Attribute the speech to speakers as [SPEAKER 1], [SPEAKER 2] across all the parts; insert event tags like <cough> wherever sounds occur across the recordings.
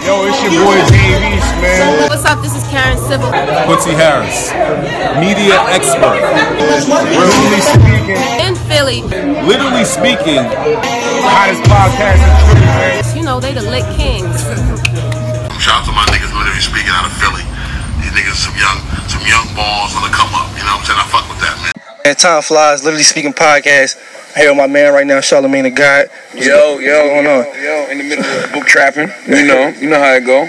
[SPEAKER 1] Yo, it's your boy Dave East, man.
[SPEAKER 2] What's up? This is Karen Civil.
[SPEAKER 3] Quincy Harris, media expert.
[SPEAKER 1] Literally speaking,
[SPEAKER 2] In Philly,
[SPEAKER 3] Literally speaking,
[SPEAKER 1] hottest podcast in Philly, man.
[SPEAKER 2] you know, they the lit kings.
[SPEAKER 4] Shout out to my niggas literally speaking out of Philly. These niggas some young some young balls on the come up. You know what I'm saying? I fuck with that man.
[SPEAKER 5] And Time Flies, Literally Speaking Podcast. I'm here with my man right now, Charlemagne the God.
[SPEAKER 6] Yo, yo,
[SPEAKER 5] going
[SPEAKER 6] yo,
[SPEAKER 5] on?
[SPEAKER 6] yo, in the middle
[SPEAKER 5] <laughs>
[SPEAKER 6] of book trapping. You know, you know how it go.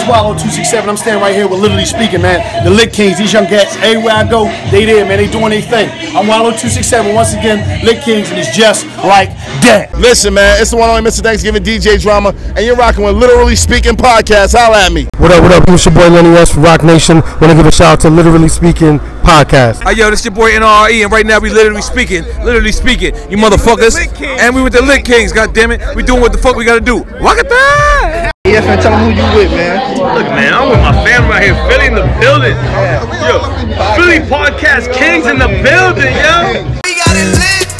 [SPEAKER 7] Swallow 267. I'm standing right here with Literally Speaking, man. The Lit Kings, these young cats, everywhere I go, they there, man. They doing their thing. I'm Wallow 267 once again, Lit Kings, and it's just like that.
[SPEAKER 8] Listen, man, it's the one only Mr. Thanksgiving DJ Drama, and you're rocking with Literally Speaking Podcast. Holla at me.
[SPEAKER 9] What up, what up? It's your boy Lenny S from Rock Nation. Want to give a shout out to Literally Speaking Podcast.
[SPEAKER 10] Hey, yo, this your boy E. NRE, and right now we literally speaking, literally speaking, you motherfuckers. And we with the Lit Kings, god damn it. We doing what the fuck we gotta do. Rock it that!
[SPEAKER 11] Look, man, I'm with my family out here, Philly in the building. Yo, Philly Podcast Kings in the building, yo.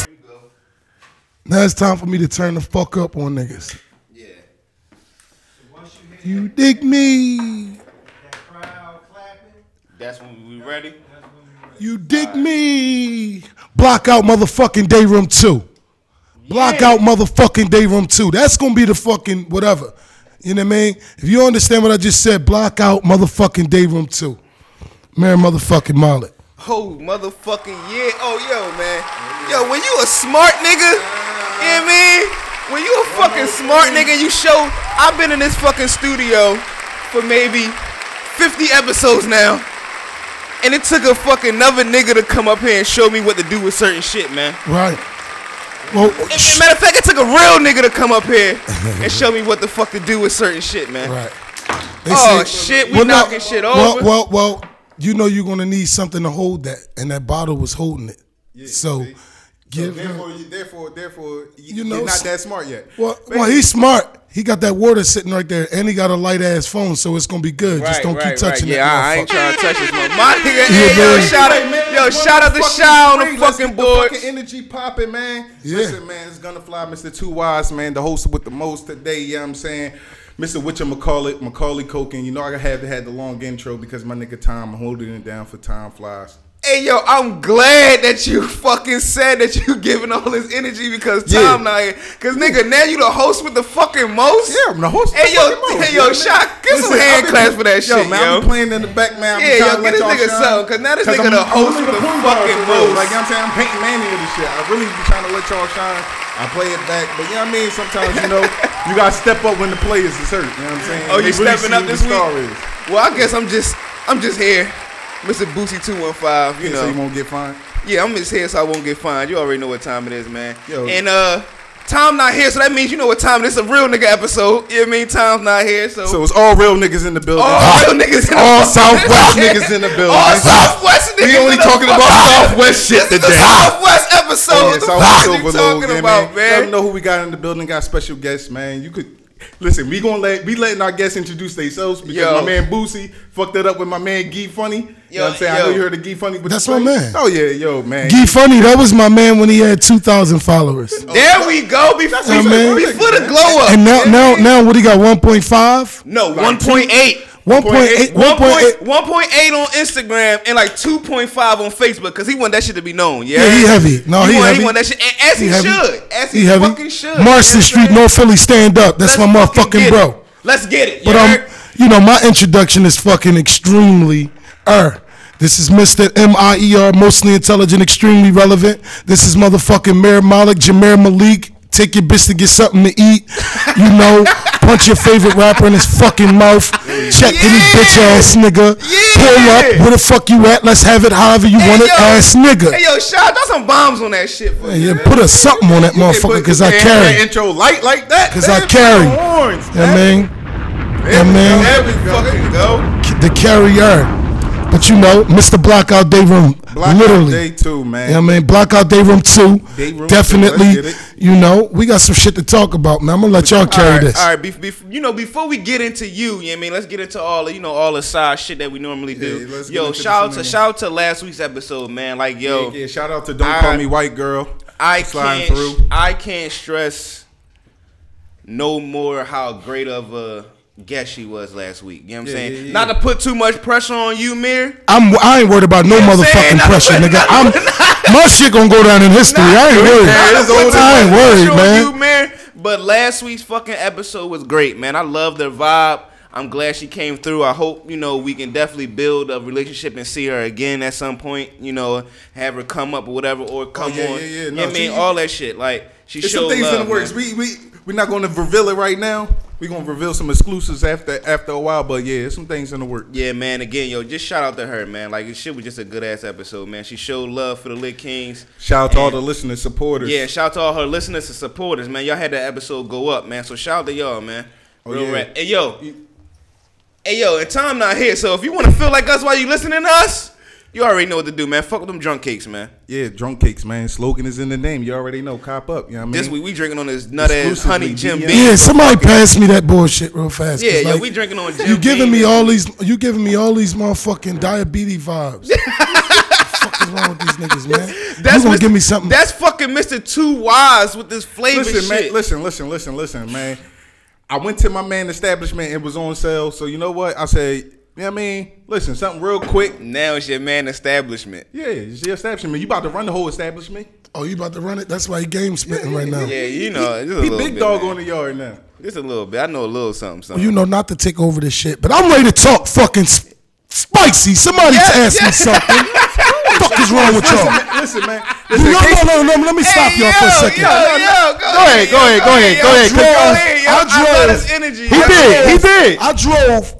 [SPEAKER 8] Now it's time for me to turn the fuck up on niggas. Yeah. You dig me?
[SPEAKER 12] That's when we ready.
[SPEAKER 8] You dig me? Block out motherfucking day room two. Block out motherfucking day room two. That's gonna be the fucking whatever. You know what I mean? If you don't understand what I just said, block out motherfucking day room two. Mary motherfucking Mollet.
[SPEAKER 11] Oh, motherfucking yeah. Oh, yo, man. Yo, when you a smart nigga, you know what I mean? When you a fucking smart nigga, you show. I've been in this fucking studio for maybe 50 episodes now. And it took a fucking another nigga to come up here and show me what to do with certain shit, man.
[SPEAKER 8] Right. Well,
[SPEAKER 11] As a matter of fact, it took a real nigga to come up here and show me what the fuck to do with certain shit, man.
[SPEAKER 8] Right.
[SPEAKER 11] Oh, shit, we knocking shit
[SPEAKER 8] well,
[SPEAKER 11] over.
[SPEAKER 8] Well, well, you know you're gonna need something to hold that, and that bottle was holding it. so give
[SPEAKER 12] Therefore,
[SPEAKER 8] him.
[SPEAKER 12] you, therefore, therefore, you,
[SPEAKER 8] You
[SPEAKER 12] you
[SPEAKER 8] know,
[SPEAKER 12] know, not
[SPEAKER 8] s-
[SPEAKER 12] that smart yet.
[SPEAKER 8] Well, well, he's smart. He got that water sitting right there, and he got a light ass phone, so it's gonna be good. Just don't keep touching
[SPEAKER 11] Yeah, I, I
[SPEAKER 8] it.
[SPEAKER 11] ain't
[SPEAKER 8] motherfucker.
[SPEAKER 11] trying to touch this motherfucker. My nigga, hey, yo,
[SPEAKER 8] man.
[SPEAKER 11] shout out, yo, shout out to Shy on the
[SPEAKER 12] Let's
[SPEAKER 11] fucking
[SPEAKER 12] get the
[SPEAKER 11] board.
[SPEAKER 12] fucking energy popping, man.
[SPEAKER 8] Yeah.
[SPEAKER 12] Listen, man, it's gonna fly, Mr. Two Wise, man, the host with the most today. You know what I'm saying? Mr. Witcher McCauley, Macaulay Culkin. You know I had to have the long intro because my nigga Tom holding it down for Time Flies.
[SPEAKER 11] Hey, yo, I'm glad that you fucking said that you giving all this energy because
[SPEAKER 12] Yeah.
[SPEAKER 11] Tom not here. Cause nigga, now you the host with the fucking most.
[SPEAKER 12] Yeah, I'm the host.
[SPEAKER 11] Hey, yo, hey, yo, Shy, give some hand claps for that
[SPEAKER 12] yo,
[SPEAKER 11] shit,
[SPEAKER 12] man,
[SPEAKER 11] yo.
[SPEAKER 12] I'm playing in the back, man. I'm trying
[SPEAKER 11] Yeah, yo,
[SPEAKER 12] to
[SPEAKER 11] get
[SPEAKER 12] let
[SPEAKER 11] this
[SPEAKER 12] y'all
[SPEAKER 11] nigga
[SPEAKER 12] shine.
[SPEAKER 11] something, 'cause now this nigga
[SPEAKER 12] I'm-
[SPEAKER 11] the host
[SPEAKER 12] I'm
[SPEAKER 11] with the
[SPEAKER 12] Pooh Ball
[SPEAKER 11] fucking
[SPEAKER 12] for real.
[SPEAKER 11] most.
[SPEAKER 12] Like, you know what I'm saying? I'm painting Manny with this shit. I really be trying to let y'all shine. I play it back, but you know what I mean? Sometimes, you
[SPEAKER 11] <laughs>
[SPEAKER 12] know, you got to step up when the players is hurt. You know what I'm saying?
[SPEAKER 11] Oh, you
[SPEAKER 12] They really see
[SPEAKER 11] stepping up
[SPEAKER 12] who
[SPEAKER 11] this
[SPEAKER 12] the star
[SPEAKER 11] week?
[SPEAKER 12] Is.
[SPEAKER 11] Well, I guess I'm just, I'm just here, Mr. Boosie two one five. You
[SPEAKER 12] Yeah,
[SPEAKER 11] know.
[SPEAKER 12] so you won't get fined.
[SPEAKER 11] Yeah, I'm just here so I won't get fined. You already know what time it is, man.
[SPEAKER 12] Yo.
[SPEAKER 11] And uh Tom not here, so that means you know what time it is. It's a real nigga episode. You know what I mean? Tom's not here, so,
[SPEAKER 12] So it's all real niggas in the building.
[SPEAKER 11] all real niggas in the
[SPEAKER 12] all
[SPEAKER 11] <laughs>
[SPEAKER 12] Southwest niggas in the building.
[SPEAKER 11] All Southwest niggas.
[SPEAKER 12] we only
[SPEAKER 11] in the
[SPEAKER 12] talking about Southwest shit
[SPEAKER 11] This is the
[SPEAKER 12] today.
[SPEAKER 11] Southwest episode.
[SPEAKER 12] Yeah,
[SPEAKER 11] what the
[SPEAKER 12] South
[SPEAKER 11] fuck
[SPEAKER 12] Overload,
[SPEAKER 11] you talking
[SPEAKER 12] yeah,
[SPEAKER 11] about,
[SPEAKER 12] man? Let
[SPEAKER 11] man?
[SPEAKER 12] 'em know who we got in the building. Got special guests, man. You could listen. We gonna let we letting our guests introduce themselves because
[SPEAKER 11] Yo.
[SPEAKER 12] my man Boosie fucked it up with my man Gee Funny. You
[SPEAKER 11] Yo,
[SPEAKER 12] know what I'm saying?
[SPEAKER 11] yo.
[SPEAKER 12] I know you heard of Gee Funny, but
[SPEAKER 8] That's
[SPEAKER 12] you
[SPEAKER 8] my
[SPEAKER 12] play-
[SPEAKER 8] man.
[SPEAKER 12] Oh yeah, yo man.
[SPEAKER 8] Gee Funny, that was my man when he had two thousand followers,
[SPEAKER 12] Oh.
[SPEAKER 11] There we go. Before,
[SPEAKER 12] what I'm saying.
[SPEAKER 11] before the glow up.
[SPEAKER 8] and now, now, now, what he got? 1.5?
[SPEAKER 11] no, 1.8.
[SPEAKER 8] 1.8, 1.8.
[SPEAKER 11] 1.8 on Instagram and like 2.5 on Facebook because he want that shit to be known. Yeah,
[SPEAKER 8] Yeah, he heavy. No, he,
[SPEAKER 11] want,
[SPEAKER 8] heavy.
[SPEAKER 11] He want that shit and as he,
[SPEAKER 8] heavy.
[SPEAKER 11] should. As he,
[SPEAKER 8] heavy.
[SPEAKER 11] fucking should.
[SPEAKER 8] Marston Street, North Philly, stand up. That's my motherfucking bro.
[SPEAKER 11] Let's get it.
[SPEAKER 8] But um, you know, my introduction is fucking extremely er. This is Mr. M-I-E-R, E mostly intelligent, extremely relevant. This is motherfucking Mayor Malik, Jameer Malik. Take your bitch to get something to eat. You know, punch your favorite rapper in his fucking mouth. Check any
[SPEAKER 11] Yeah.
[SPEAKER 8] bitch ass nigga. Pull up. Where the fuck you at? Let's have it however you want it, ass nigga.
[SPEAKER 11] Hey yo, shout throw some bombs on that shit. For
[SPEAKER 8] yeah, put a something on that motherfucker because I
[SPEAKER 12] That
[SPEAKER 8] carry.
[SPEAKER 12] intro light like that.
[SPEAKER 8] Because I
[SPEAKER 12] man.
[SPEAKER 8] carry.
[SPEAKER 12] Horns.
[SPEAKER 8] You know what I mean? You know what I mean?
[SPEAKER 12] There we fucking go.
[SPEAKER 8] the carrier. But you know, Mr. Blockout Day Room,
[SPEAKER 12] Blackout
[SPEAKER 8] literally.
[SPEAKER 12] day two, man.
[SPEAKER 8] You know what I mean? Blockout Day Room 2.
[SPEAKER 12] Day Room 2, let's get
[SPEAKER 8] Definitely,
[SPEAKER 12] it.
[SPEAKER 8] you know, we got some shit to talk about, man. I'm going to let y'all carry
[SPEAKER 11] all right,
[SPEAKER 8] this.
[SPEAKER 11] All right, bef- bef- you know, before we get into you, you know what I mean, let's get into all the, you know, all the side shit that we normally do.
[SPEAKER 12] Yeah, let's get
[SPEAKER 11] yo,
[SPEAKER 12] into
[SPEAKER 11] shout out
[SPEAKER 12] this,
[SPEAKER 11] to
[SPEAKER 12] man.
[SPEAKER 11] shout out to last week's episode, man. Like, yo,
[SPEAKER 12] Yeah, shout out to Don't
[SPEAKER 11] I-
[SPEAKER 12] Call Me White Girl.
[SPEAKER 11] I
[SPEAKER 12] Sliding
[SPEAKER 11] can't,
[SPEAKER 12] through.
[SPEAKER 11] I can't stress no more how great of a guest she was last week. You know what I'm
[SPEAKER 13] Yeah,
[SPEAKER 11] saying?
[SPEAKER 13] yeah, yeah.
[SPEAKER 11] Not to put too much pressure on you, Mir.
[SPEAKER 8] I'm I ain't worried about no motherfucking pressure, nigga.
[SPEAKER 11] <laughs>
[SPEAKER 8] I'm my shit gonna go down in history. I ain't worried. I ain't worried,
[SPEAKER 11] You,
[SPEAKER 8] man.
[SPEAKER 11] man. But last week's fucking episode was great, man. I love the vibe. I'm glad she came through. I hope you know we can definitely build a relationship and see her again at some point. You know, have her come up or whatever, or come
[SPEAKER 12] Oh, yeah,
[SPEAKER 11] on.
[SPEAKER 12] yeah, yeah.
[SPEAKER 11] You know
[SPEAKER 12] No,
[SPEAKER 11] what I mean,
[SPEAKER 12] she-
[SPEAKER 11] all that shit. Like she
[SPEAKER 12] It's
[SPEAKER 11] showed
[SPEAKER 12] some things
[SPEAKER 11] love.
[SPEAKER 12] in the works.
[SPEAKER 11] man.
[SPEAKER 12] We we we're not going to reveal it right now. We're going to reveal some exclusives after after a while. But yeah, it's some things in the works.
[SPEAKER 11] Yeah, man. Again, yo, just shout out to her, man. Like, this shit was just a good ass episode, man. She showed love for the Lit Kings.
[SPEAKER 12] Shout out to all
[SPEAKER 11] And-
[SPEAKER 12] the listeners, supporters.
[SPEAKER 11] Yeah, shout out to all her listeners and supporters, man. Y'all had that episode go up, man. So shout out to y'all, man.
[SPEAKER 12] Oh,
[SPEAKER 11] Real
[SPEAKER 12] yeah.
[SPEAKER 11] rap. Hey, yo. Hey, yo, and Tom not here. So if you want to feel like us while you listening to us, you already know what to do, man. Fuck with them drunk cakes, man.
[SPEAKER 12] Yeah, drunk cakes, man. Slogan is in the name. You already know. Cop up. You know what I mean?
[SPEAKER 11] This week we drinking on this nut ass
[SPEAKER 12] Exclusively
[SPEAKER 11] honey Jim
[SPEAKER 12] DM.
[SPEAKER 11] Beam.
[SPEAKER 8] Yeah, somebody pass me that bullshit real fast. 'cause,
[SPEAKER 11] Yeah, yeah, we drinking on Jim
[SPEAKER 8] You giving
[SPEAKER 11] Beam,
[SPEAKER 8] me
[SPEAKER 11] man.
[SPEAKER 8] all these. You giving me all these motherfucking diabetes
[SPEAKER 11] <laughs>
[SPEAKER 8] vibes. what the fuck is wrong with these niggas, man?
[SPEAKER 11] That's
[SPEAKER 8] you gonna
[SPEAKER 11] Mr.
[SPEAKER 8] give me something?
[SPEAKER 11] That's fucking Mr. Two Wise with this flavor
[SPEAKER 12] listen,
[SPEAKER 11] shit.
[SPEAKER 12] man. Listen, listen, listen, listen, man. I went to my man establishment. It was on sale. So you know what? I said, you know what I mean? Listen, something real quick.
[SPEAKER 11] Now it's your man establishment.
[SPEAKER 12] Yeah, it's your establishment. You about to run the whole establishment?
[SPEAKER 8] Oh, you about to run it? That's why he game spitting right now.
[SPEAKER 11] Yeah, you know, just a
[SPEAKER 12] He
[SPEAKER 11] little
[SPEAKER 12] big
[SPEAKER 11] bit,
[SPEAKER 12] dog
[SPEAKER 11] man.
[SPEAKER 12] on the yard now.
[SPEAKER 11] Just a little bit. I know a little something,
[SPEAKER 8] Well,
[SPEAKER 11] something.
[SPEAKER 8] Oh, you know not to take over this shit, but I'm ready to talk fucking s- spicy. Somebody
[SPEAKER 11] Yeah,
[SPEAKER 8] ask
[SPEAKER 11] yeah.
[SPEAKER 8] me something. fuck is wrong with y'all?
[SPEAKER 12] Listen, man.
[SPEAKER 8] No, no, no, no, Let me stop y'all for a second.
[SPEAKER 11] ahead,
[SPEAKER 8] go ahead, go ahead, go ahead.
[SPEAKER 11] I love this energy. I love this-
[SPEAKER 8] did. I drove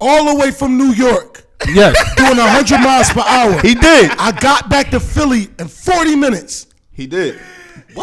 [SPEAKER 8] all the way from New York.
[SPEAKER 14] Yes.
[SPEAKER 8] doing 100 miles per hour.
[SPEAKER 14] He did.
[SPEAKER 8] I got back to Philly in 40 minutes.
[SPEAKER 12] He did.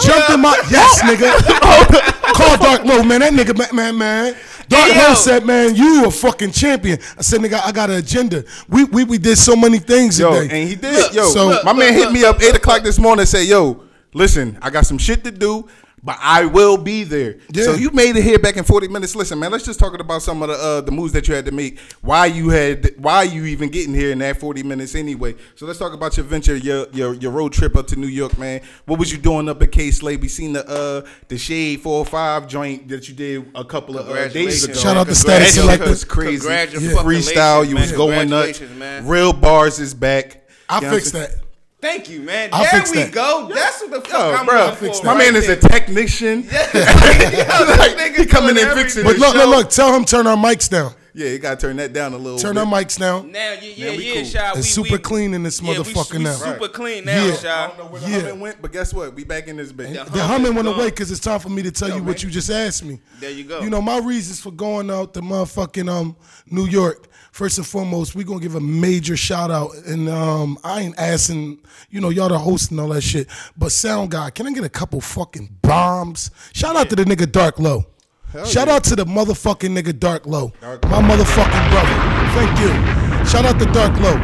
[SPEAKER 8] Jumped in my
[SPEAKER 12] <laughs>
[SPEAKER 8] yes, nigga. Call Dark Low, man. That nigga, man, man, man. Dark
[SPEAKER 12] Hey, yo.
[SPEAKER 8] Low said, "Man, you a fucking champion." I said, "Nigga, I got an agenda. We we, we did so many things
[SPEAKER 12] Yo,
[SPEAKER 8] today."
[SPEAKER 12] and he did. yo, my man hit me up eight o'clock this morning and said, "Yo, listen, I got some shit to do, but I will be there." So you made it here back in forty minutes. Listen, man, let's just talk about some of the uh, the moves that you had to make. Why you had, why you even getting here in that forty minutes anyway? So let's talk about your venture, your your, your road trip up to New York, man. What was you doing up at K Slade? We seen the uh the Shade Four or Five joint that you did a couple of uh, days ago.
[SPEAKER 8] Congratulations. Shout out to
[SPEAKER 12] Congratulations.
[SPEAKER 8] Status Selector.
[SPEAKER 12] It's crazy.
[SPEAKER 11] Congratulations.
[SPEAKER 12] Freestyle, you was
[SPEAKER 11] man.
[SPEAKER 12] going nuts.
[SPEAKER 11] Congratulations, man.
[SPEAKER 12] Real bars is back.
[SPEAKER 8] I
[SPEAKER 12] You know what I'm
[SPEAKER 8] fixed
[SPEAKER 12] saying?
[SPEAKER 8] that.
[SPEAKER 11] Thank you, man.
[SPEAKER 12] I'll
[SPEAKER 11] there
[SPEAKER 12] fix
[SPEAKER 11] we
[SPEAKER 12] that.
[SPEAKER 11] go. That's what the fuck
[SPEAKER 12] Yo,
[SPEAKER 11] I'm
[SPEAKER 12] bro,
[SPEAKER 11] looking for.
[SPEAKER 12] my man is a technician. <laughs>
[SPEAKER 8] <laughs>
[SPEAKER 12] Like, he coming in fixing.
[SPEAKER 8] But
[SPEAKER 12] the
[SPEAKER 8] look,
[SPEAKER 12] show.
[SPEAKER 8] look, look. Tell him turn our mics down.
[SPEAKER 12] Yeah, you gotta turn that down a little.
[SPEAKER 8] Turn
[SPEAKER 12] bit.
[SPEAKER 8] our mics down.
[SPEAKER 11] Now, yeah, yeah,
[SPEAKER 12] Man, we
[SPEAKER 11] yeah,
[SPEAKER 12] cool.
[SPEAKER 11] Shy.
[SPEAKER 8] It's
[SPEAKER 11] we-
[SPEAKER 8] super
[SPEAKER 11] we-
[SPEAKER 8] clean in this
[SPEAKER 11] yeah, we-
[SPEAKER 8] motherfucker
[SPEAKER 11] we
[SPEAKER 8] now.
[SPEAKER 11] Super clean now,
[SPEAKER 8] Yeah.
[SPEAKER 11] Shy.
[SPEAKER 12] I don't know where the oven went, but guess what? We back in this bitch.
[SPEAKER 8] The humming went away because it's time for me to tell you what you just asked me.
[SPEAKER 12] There you go.
[SPEAKER 8] You know my reasons for going out to motherfucking um New York. First and foremost, we gonna give a major shout out, and um I ain't asking you know y'all to host and all that shit. But sound guy, can I get a couple fucking bombs? Shout out to the nigga Dark Low.
[SPEAKER 12] Hell
[SPEAKER 8] Shout
[SPEAKER 12] yeah.
[SPEAKER 8] out to the motherfucking nigga Dark Low,
[SPEAKER 12] Dark
[SPEAKER 8] my motherfucking brother. Thank you. Shout out to Dark Low,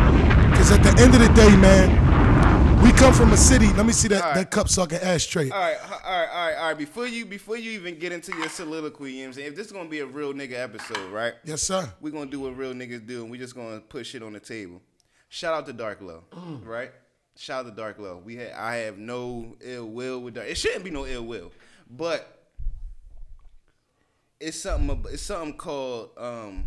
[SPEAKER 8] cause at the end of the day, man, we come from a city. Let me see that that cup sucking ashtray.
[SPEAKER 11] All right, h- all right, all right, all right. Before you, before you even get into your soliloquy, you know what I'm saying? If this is gonna be a real nigga episode, right?
[SPEAKER 8] Yes, sir.
[SPEAKER 11] We're gonna do what real niggas do, and we're just gonna put shit on the table. Shout out to Dark Low,
[SPEAKER 15] Mm.
[SPEAKER 11] right? Shout out to Dark Low. We had, I have no ill will with Dark. It shouldn't be no ill will, but it's something. ab- It's something called. um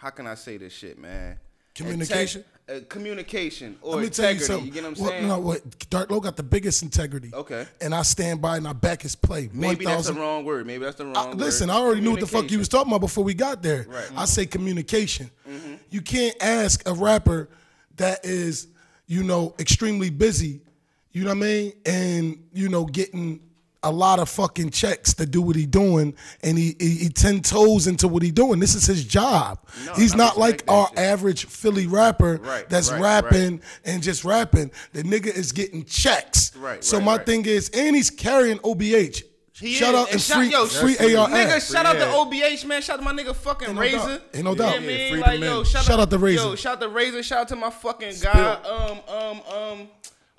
[SPEAKER 11] How can I say this shit, man?
[SPEAKER 8] Communication?
[SPEAKER 11] Integ- uh, communication or
[SPEAKER 8] Let me tell you
[SPEAKER 11] integrity.
[SPEAKER 8] something.
[SPEAKER 11] You, get what I'm
[SPEAKER 8] Well,
[SPEAKER 11] saying?
[SPEAKER 8] No, what Dark Low got the biggest integrity.
[SPEAKER 11] Okay.
[SPEAKER 8] And I stand by and I back his play.
[SPEAKER 11] Maybe that's the
[SPEAKER 8] 1,000
[SPEAKER 11] wrong word. Maybe that's the wrong word.
[SPEAKER 8] Listen, I already knew what the fuck you was talking about before we got there.
[SPEAKER 11] Right. Mm-hmm.
[SPEAKER 8] I say communication. You can't ask a rapper that is, you know, extremely busy, you know what I mean, and you know, getting a lot of fucking checks to do what he doing, and he he, he ten toes into what he doing. This is his job. He's not like our average Philly rapper
[SPEAKER 11] Right,
[SPEAKER 8] that's
[SPEAKER 11] right, right.
[SPEAKER 8] rapping and just rapping. The nigga is getting checks.
[SPEAKER 11] Right,
[SPEAKER 8] So
[SPEAKER 11] right,
[SPEAKER 8] my
[SPEAKER 11] right.
[SPEAKER 8] thing is, and he's carrying OBH.
[SPEAKER 11] He
[SPEAKER 8] shout
[SPEAKER 11] is.
[SPEAKER 8] out and,
[SPEAKER 11] shout-
[SPEAKER 8] free,
[SPEAKER 11] yo,
[SPEAKER 8] free
[SPEAKER 11] shoot,
[SPEAKER 8] ARS.
[SPEAKER 11] Nigga, shout out to OBH, man. Shout out to my nigga fucking
[SPEAKER 8] Ain't no
[SPEAKER 11] Razor.
[SPEAKER 8] doubt. Ain't no doubt.
[SPEAKER 11] You know what I
[SPEAKER 8] Yeah,
[SPEAKER 11] mean?
[SPEAKER 8] Freedom
[SPEAKER 11] Like, yo,
[SPEAKER 8] Man.
[SPEAKER 11] shout,
[SPEAKER 8] Shout out to Razor.
[SPEAKER 11] Yo, shout out to Razor. Shout out to my fucking guy, um, um, um,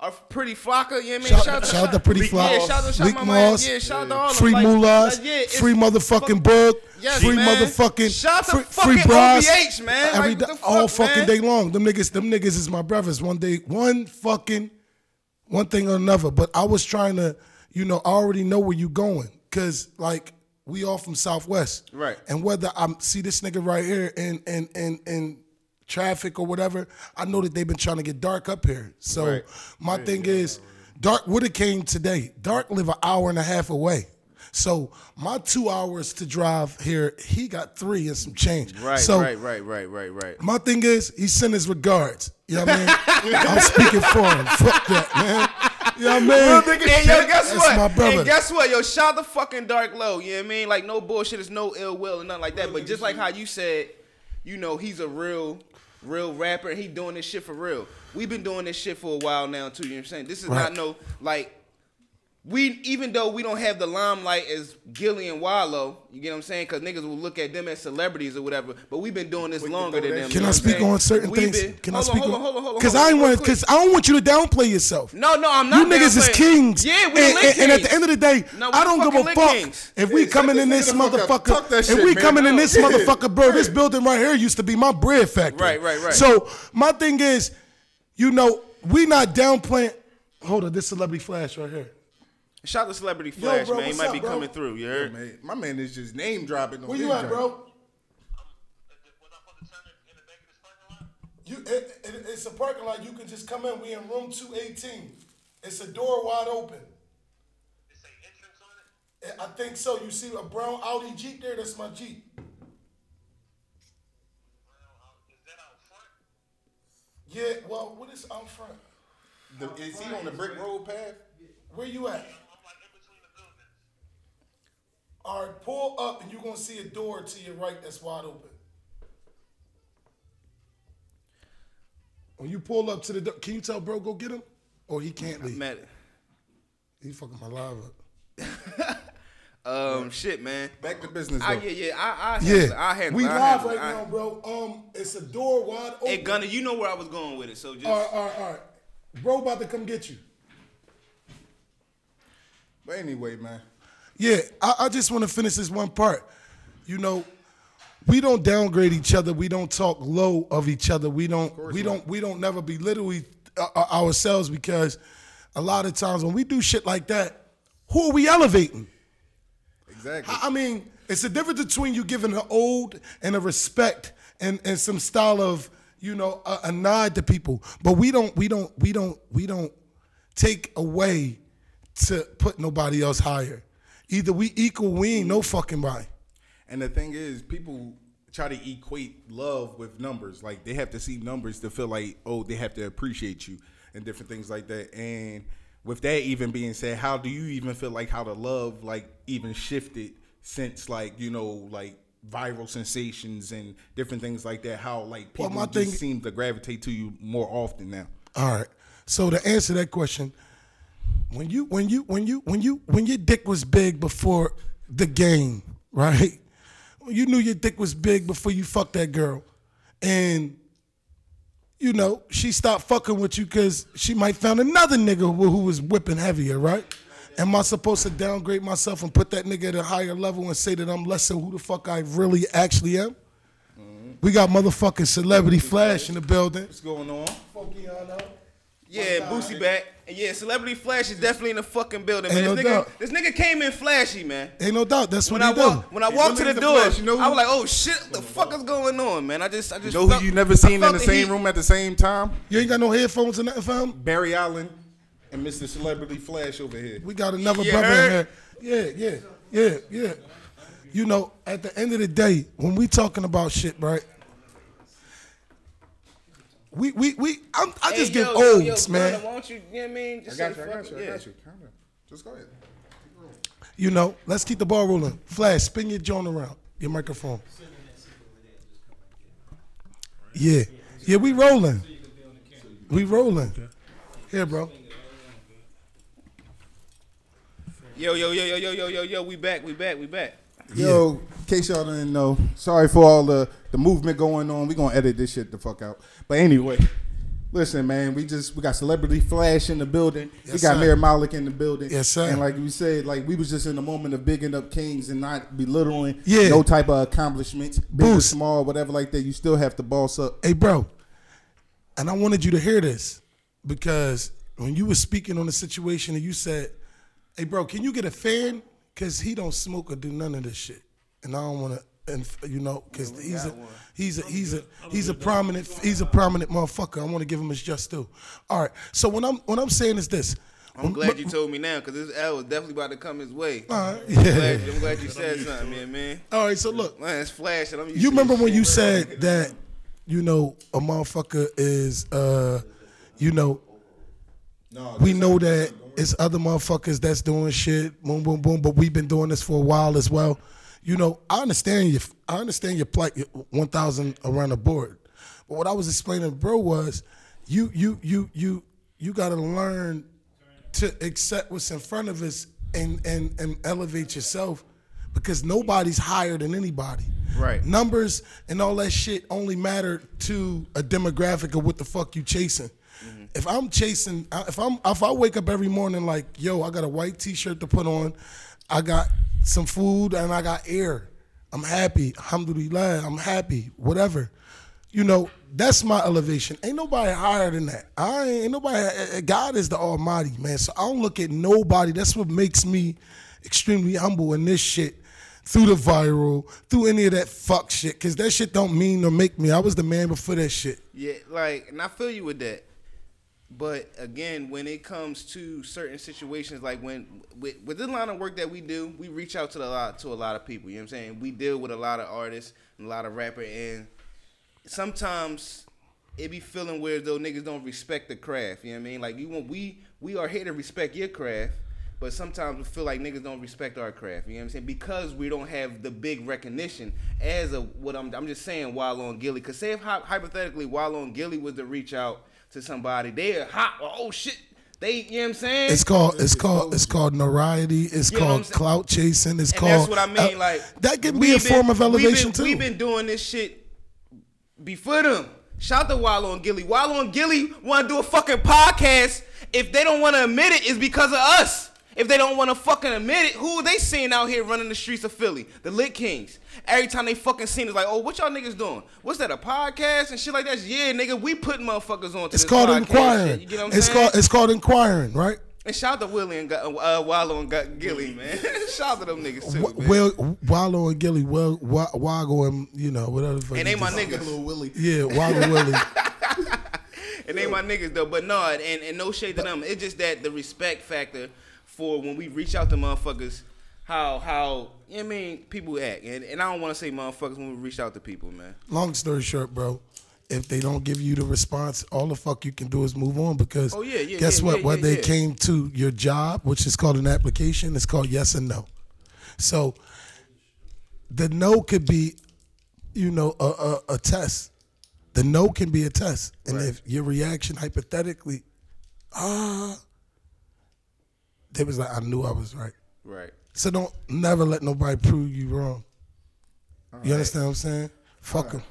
[SPEAKER 11] our Pretty Flocker. You know what I mean?
[SPEAKER 8] Shout, shout out to Pretty Fly,
[SPEAKER 11] Yeah, shout out to shout out
[SPEAKER 8] Leak
[SPEAKER 11] my man.
[SPEAKER 8] Moss,
[SPEAKER 11] Yeah, shout out to all of them.
[SPEAKER 8] free
[SPEAKER 11] Like,
[SPEAKER 8] Moolas,
[SPEAKER 11] like, yeah, it's-
[SPEAKER 8] free motherfucking Bug,
[SPEAKER 11] Yes,
[SPEAKER 8] free
[SPEAKER 11] man.
[SPEAKER 8] motherfucking
[SPEAKER 11] Shout out to
[SPEAKER 8] free, free
[SPEAKER 11] fucking
[SPEAKER 8] Bras,
[SPEAKER 11] OVH, man.
[SPEAKER 8] every
[SPEAKER 11] Like,
[SPEAKER 8] day-
[SPEAKER 11] what the
[SPEAKER 8] all
[SPEAKER 11] fuck,
[SPEAKER 8] fucking day
[SPEAKER 11] man?
[SPEAKER 8] long. Them niggas, them niggas is my brothers. One day, one fucking, one thing or another. But I was trying to, you know, I already know where you going, cause like we all from Southwest.
[SPEAKER 12] Right.
[SPEAKER 8] And whether I see this nigga right here in in in in traffic or whatever, I know that they've been trying to get dark up here. So
[SPEAKER 12] Right.
[SPEAKER 8] my thing is, dark would have came today. Dark live an hour and a half away. So my two hours to drive here, he got three and some change.
[SPEAKER 11] Right,
[SPEAKER 8] So
[SPEAKER 11] right, right, right, right, right.
[SPEAKER 8] my thing is, he sent his regards. You know what I mean? I'm speaking for him. Fuck that, man. You know what I mean?
[SPEAKER 11] And yo, guess
[SPEAKER 8] That's
[SPEAKER 11] what?
[SPEAKER 8] my brother.
[SPEAKER 11] And guess what? Yo, shout the fucking dark low. You know what I mean? Like no bullshit, it's no ill will and nothing like that. But just like how you said, you know, he's a real, real rapper. and He doing this shit for real. We've been doing this shit for a while now too. You know what I'm saying? This is
[SPEAKER 16] Right.
[SPEAKER 11] not no like. We even though we don't have the limelight as Gilly and Wallow, you get what I'm saying? Because niggas will look at them as celebrities or whatever. But we've been doing this longer than them. you
[SPEAKER 8] Can I
[SPEAKER 11] know what I'm
[SPEAKER 8] speak
[SPEAKER 11] saying?
[SPEAKER 8] on certain
[SPEAKER 11] We've
[SPEAKER 8] things?
[SPEAKER 11] been-
[SPEAKER 8] Can I
[SPEAKER 11] hold on,
[SPEAKER 8] speak
[SPEAKER 11] hold
[SPEAKER 8] on?
[SPEAKER 11] on, hold on, hold on,
[SPEAKER 8] Because
[SPEAKER 11] hold
[SPEAKER 8] I
[SPEAKER 11] on,
[SPEAKER 8] ain't
[SPEAKER 11] real
[SPEAKER 8] want,
[SPEAKER 11] quick.
[SPEAKER 8] because I don't want you to downplay yourself.
[SPEAKER 11] No, no, I'm not
[SPEAKER 8] You niggas is
[SPEAKER 11] downplaying.
[SPEAKER 8] kings.
[SPEAKER 11] Yeah, we
[SPEAKER 8] and,
[SPEAKER 11] lit
[SPEAKER 8] and- and at
[SPEAKER 11] kings.
[SPEAKER 8] the end of the day,
[SPEAKER 11] No, we
[SPEAKER 8] I don't give
[SPEAKER 11] fucking
[SPEAKER 8] a
[SPEAKER 11] lit
[SPEAKER 8] fuck
[SPEAKER 11] kings.
[SPEAKER 8] if we
[SPEAKER 11] Yeah,
[SPEAKER 8] coming in
[SPEAKER 11] this
[SPEAKER 8] this
[SPEAKER 11] nigga the fuck up.
[SPEAKER 8] motherfucker.
[SPEAKER 11] Fuck that
[SPEAKER 8] if
[SPEAKER 11] shit,
[SPEAKER 8] we
[SPEAKER 11] man.
[SPEAKER 8] coming in this
[SPEAKER 11] Yeah.
[SPEAKER 8] motherfucker, bro,
[SPEAKER 11] <laughs>
[SPEAKER 8] this building right here used to be my bread factory.
[SPEAKER 11] Right, right, right.
[SPEAKER 8] So my thing is, you know, we not downplaying. Hold on, this celebrity flash right here.
[SPEAKER 11] Shout the celebrity
[SPEAKER 8] Yo,
[SPEAKER 11] Flash,
[SPEAKER 8] bro,
[SPEAKER 11] man. He
[SPEAKER 8] what's
[SPEAKER 11] might
[SPEAKER 8] up,
[SPEAKER 11] be
[SPEAKER 8] bro?
[SPEAKER 11] coming through. You heard?
[SPEAKER 12] My man is just name dropping. on
[SPEAKER 8] Where you
[SPEAKER 12] this
[SPEAKER 8] at,
[SPEAKER 12] joint.
[SPEAKER 8] bro? You, it, it, it's a parking lot. You can just come in. We in room two eighteen. It's a door wide open. It's an entrance on it. I think so. You see a brown Audi Jeep there? That's my Jeep. Yeah, well, what is out front?
[SPEAKER 12] The- is he on the brick road path?
[SPEAKER 8] Where you at? All right, pull up and you're gonna see a door to your right that's wide open. When you pull up to the door, can you tell bro go get him? Or he can't leave. He fucking my live up.
[SPEAKER 11] Um, shit, man.
[SPEAKER 12] Back to business.
[SPEAKER 11] I, Ah, yeah, yeah. I, I,
[SPEAKER 8] Yeah.
[SPEAKER 11] handle it. I handle
[SPEAKER 8] we
[SPEAKER 11] it. I
[SPEAKER 8] live
[SPEAKER 11] handle
[SPEAKER 8] right
[SPEAKER 11] it. I-
[SPEAKER 8] now, bro. Um, it's a door wide open.
[SPEAKER 11] Hey, Gunner, you know where I was going with it, so just
[SPEAKER 8] All right, all right, all right. Bro about to come get you.
[SPEAKER 12] But anyway, man.
[SPEAKER 8] Yeah, I, I just want to finish this one part. You know, we don't downgrade each other. We don't talk low of each other. We don't. We don't. We don't never belittle e- uh, uh, ourselves because a lot of times when we do shit like that, who are we elevating?
[SPEAKER 12] Exactly.
[SPEAKER 8] I I mean, it's the difference between you giving an old and a respect and, and some style of you know a, a nod to people, but we don't we don't we don't we don't take away to put nobody else higher. Either we equal, we ain't no fucking body.
[SPEAKER 12] And the thing is, people try to equate love with numbers. Like they have to see numbers to feel like, oh, they have to appreciate you and different things like that. And with that even being said, how do you even feel like how the love like even shifted since like, you know, like viral sensations and different things like that? How like
[SPEAKER 8] Well,
[SPEAKER 12] people
[SPEAKER 8] my
[SPEAKER 12] just
[SPEAKER 8] thing-
[SPEAKER 12] seem to gravitate to you more often now.
[SPEAKER 8] All right. So to answer that question, when you when you when you when you when your dick was big before the game, <laughs> right? When You knew your dick was big before you fucked that girl, and you know she stopped fucking with you because she might found another nigga who, who was whipping heavier, right? Am I supposed to downgrade myself and put that nigga at a higher level and say that I'm less than who the fuck I really actually am?
[SPEAKER 11] Mm-hmm.
[SPEAKER 8] We got motherfucking celebrity flash in the building.
[SPEAKER 12] What's going on?
[SPEAKER 11] yeah, Boosie back. And yeah, Celebrity Flash is definitely in the fucking building, man.
[SPEAKER 8] Ain't
[SPEAKER 11] this,
[SPEAKER 8] no
[SPEAKER 11] nigga,
[SPEAKER 8] doubt.
[SPEAKER 11] this nigga came in flashy, man.
[SPEAKER 8] Ain't no doubt. That's
[SPEAKER 11] When
[SPEAKER 8] what
[SPEAKER 11] I
[SPEAKER 8] he do.
[SPEAKER 11] walk, when I walked to the door, I was like, "Oh shit, what the fuck is going on, man?" I just, I
[SPEAKER 12] You
[SPEAKER 11] just
[SPEAKER 12] know who
[SPEAKER 11] felt-
[SPEAKER 12] you never
[SPEAKER 11] I
[SPEAKER 12] seen in
[SPEAKER 11] felt
[SPEAKER 12] the
[SPEAKER 11] heat.
[SPEAKER 12] same room at the same time?
[SPEAKER 8] You ain't got no headphones in that fam?
[SPEAKER 12] Barry Allen and Mr. Celebrity Flash over here.
[SPEAKER 8] We got another
[SPEAKER 12] Yeah.
[SPEAKER 8] brother in here. Yeah, yeah, yeah, yeah. You know, at the end of the day, when we talking about shit, right? We we we. I'm, I
[SPEAKER 11] Hey,
[SPEAKER 8] just
[SPEAKER 11] yo,
[SPEAKER 8] give
[SPEAKER 11] yo, yo,
[SPEAKER 8] olds,
[SPEAKER 11] Gunna,
[SPEAKER 8] man.
[SPEAKER 11] Why don't you? You know what I mean?
[SPEAKER 12] I
[SPEAKER 11] Just
[SPEAKER 12] got
[SPEAKER 11] say
[SPEAKER 12] you, I
[SPEAKER 11] fuck
[SPEAKER 12] got
[SPEAKER 11] it,
[SPEAKER 12] you, I
[SPEAKER 11] yeah.
[SPEAKER 12] got you. Calm down. Just go ahead.
[SPEAKER 8] You know, let's keep the ball rolling. Flash, spin your joint around your microphone. Yeah, yeah, we rolling. We rolling. Here, bro.
[SPEAKER 11] Yo, yo, yo, yo, yo, yo, yo, yo, we back, we back, we back.
[SPEAKER 12] Yo, in case y'all didn't know, sorry for all the, the movement going on. we gonna edit this shit the fuck out. But anyway, listen, man, we just we got celebrity flash in the building. we
[SPEAKER 8] Yes,
[SPEAKER 12] got
[SPEAKER 8] sir.
[SPEAKER 12] Mayor Malik in the building.
[SPEAKER 8] Yes, sir.
[SPEAKER 12] And like you said, like we was just in a moment of bigging up kings and not belittling
[SPEAKER 8] Yeah.
[SPEAKER 12] no type of accomplishments, big or
[SPEAKER 8] Boost.
[SPEAKER 12] small, whatever like that. You still have to boss up.
[SPEAKER 8] Hey, bro, and I wanted you to hear this because when you were speaking on the situation and you said, "Hey, bro, can you get a fan? Cause he don't smoke or do none of this shit, and I don't want to. And you know, cause he's a he's a he's a he's a prominent he's a prominent motherfucker. I want to give him his just due. All right. So when I'm what I'm saying is this.
[SPEAKER 11] I'm glad you told me now because this L is definitely about to come his way.
[SPEAKER 8] All right.
[SPEAKER 11] I'm, glad, I'm glad you said something, yeah, man.
[SPEAKER 8] All right, so look,
[SPEAKER 11] man, it's flashing. I'm used
[SPEAKER 8] You
[SPEAKER 11] to
[SPEAKER 8] remember
[SPEAKER 11] this
[SPEAKER 8] when
[SPEAKER 11] shit.
[SPEAKER 8] you said that, you know, a motherfucker is, uh, you know, we know that it's other motherfuckers that's doing shit, boom, boom, boom, but we've been doing this for a while as well. You know, I understand your, I understand your plight, your 1,000 around the board. But what I was explaining, to bro, was you, you, you, you, you got to learn to accept what's in front of us and, and, and elevate yourself because nobody's higher than anybody.
[SPEAKER 11] Right.
[SPEAKER 8] Numbers and all that shit only matter to a demographic of what the fuck you chasing. If I'm chasing, I- if I'm if I wake up every morning like, yo, I got a white t-shirt to put on, I got some food and I got air. I'm happy. Alhamdulillah, I'm happy. Whatever. You know, that's my elevation. Ain't nobody higher than that. I ain't, ain't nobody. eh, eh, God is the Almighty, man. So I don't look at nobody. That's what makes me extremely humble in this shit. Through the viral, through any of that fuck shit, cause that shit don't mean or make me. I was the man before that shit.
[SPEAKER 11] Yeah, like, and I feel you with that. But again, when it comes to certain situations, like when with, with the line of work that we do, we reach out to a lot to a lot of people. You know what I'm saying? We deal with a lot of artists, and a lot of rapper, and sometimes it be feeling weird though niggas don't respect the craft. You know what I mean? Like you, want we we are here to respect your craft, but sometimes we feel like niggas don't respect our craft. You know what I'm saying? Because we don't have the big recognition as a what I'm I'm just saying. While on Gilly, cause say if hy- hypothetically while on Gilly was to reach out to somebody, they are hot. Oh shit, they. You know what I'm saying?
[SPEAKER 8] It's called it's called it's called notoriety. It's
[SPEAKER 11] You know what I'm
[SPEAKER 8] called
[SPEAKER 11] saying?
[SPEAKER 8] clout chasing. It's
[SPEAKER 11] and
[SPEAKER 8] called
[SPEAKER 11] that's what I mean.
[SPEAKER 8] uh,
[SPEAKER 11] like
[SPEAKER 8] that can be
[SPEAKER 11] we've
[SPEAKER 8] a form
[SPEAKER 11] been-
[SPEAKER 8] of elevation
[SPEAKER 11] we've been, We've been doing this shit before them. Shout to Wallow and Gilly. Wallow and Gilly want to do a fucking podcast. If they don't want to admit it, it's because of us. If they don't want to fucking admit it, who are they seeing out here running the streets of Philly? The Lit Kings. Every time they fucking seen it's like, oh, what y'all niggas doing? What's that, a podcast and shit like that? Yeah, nigga, we putting motherfuckers on to
[SPEAKER 8] It's
[SPEAKER 11] this
[SPEAKER 8] called
[SPEAKER 11] podcast
[SPEAKER 8] inquiring.
[SPEAKER 11] shit. You get what I'm
[SPEAKER 8] it's
[SPEAKER 11] saying?
[SPEAKER 8] called it's called inquiring, right?
[SPEAKER 11] and shout to Willie and Gu- uh, Wallow and Gu- Gilly, man. <laughs> shout to them niggas too. man.
[SPEAKER 8] Well, Wallow and Gilly, well, Wa- Wago and you know whatever. the fuck
[SPEAKER 11] And
[SPEAKER 8] you
[SPEAKER 11] they my
[SPEAKER 8] just-
[SPEAKER 11] niggas. Little Willie.
[SPEAKER 8] Yeah, Wago Willie.
[SPEAKER 11] And they my niggas though. But no, and, and no shade to them. It's just that the respect factor for when we reach out to motherfuckers, how how you know what I mean people act. And and I don't wanna say motherfuckers when we reach out to people, man.
[SPEAKER 8] Long story short, bro. If they don't give you the response, all the fuck you can do is move on because
[SPEAKER 11] Oh, yeah, yeah,
[SPEAKER 8] guess
[SPEAKER 11] yeah,
[SPEAKER 8] what?
[SPEAKER 11] yeah,
[SPEAKER 8] When
[SPEAKER 11] yeah,
[SPEAKER 8] they
[SPEAKER 11] yeah.
[SPEAKER 8] came to your job, which is called an application, it's called yes and no. So the no could be, you know, a, a, a test. The no can be a test. And if your reaction hypothetically, ah, they was like, I knew I was right.
[SPEAKER 11] Right.
[SPEAKER 8] So don't never let nobody prove you wrong. you understand what I'm saying? Fuck them.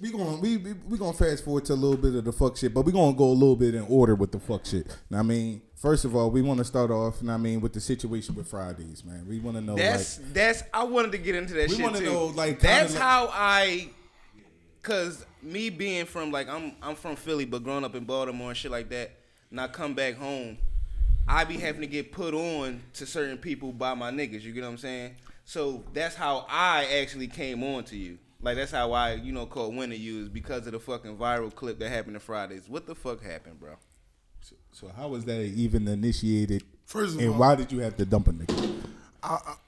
[SPEAKER 12] We going we we we gonna fast forward to a little bit of the fuck shit, but we gonna go a little bit in order with the fuck shit. Now I mean, first of all, we want to start off. Now I mean, with the situation with Fridays, man. We want to know
[SPEAKER 11] that's
[SPEAKER 12] like
[SPEAKER 11] that's I wanted to get into that
[SPEAKER 12] We
[SPEAKER 11] shit
[SPEAKER 12] wanna
[SPEAKER 11] too.
[SPEAKER 12] know, like, kinda
[SPEAKER 11] that's
[SPEAKER 12] like-
[SPEAKER 11] how I cause me being from like I'm I'm from Philly but growing up in Baltimore and shit like that, and I come back home, I be having to get put on to certain people by my niggas, you get what I'm saying? So that's how I actually came on to you. Like that's how I, you know, caught wind of you is because of the fucking viral clip that happened to Fridays. What the fuck happened, bro?
[SPEAKER 12] so how was that even initiated?
[SPEAKER 8] First of
[SPEAKER 12] and
[SPEAKER 8] all-
[SPEAKER 12] why did you have to dump a nigga?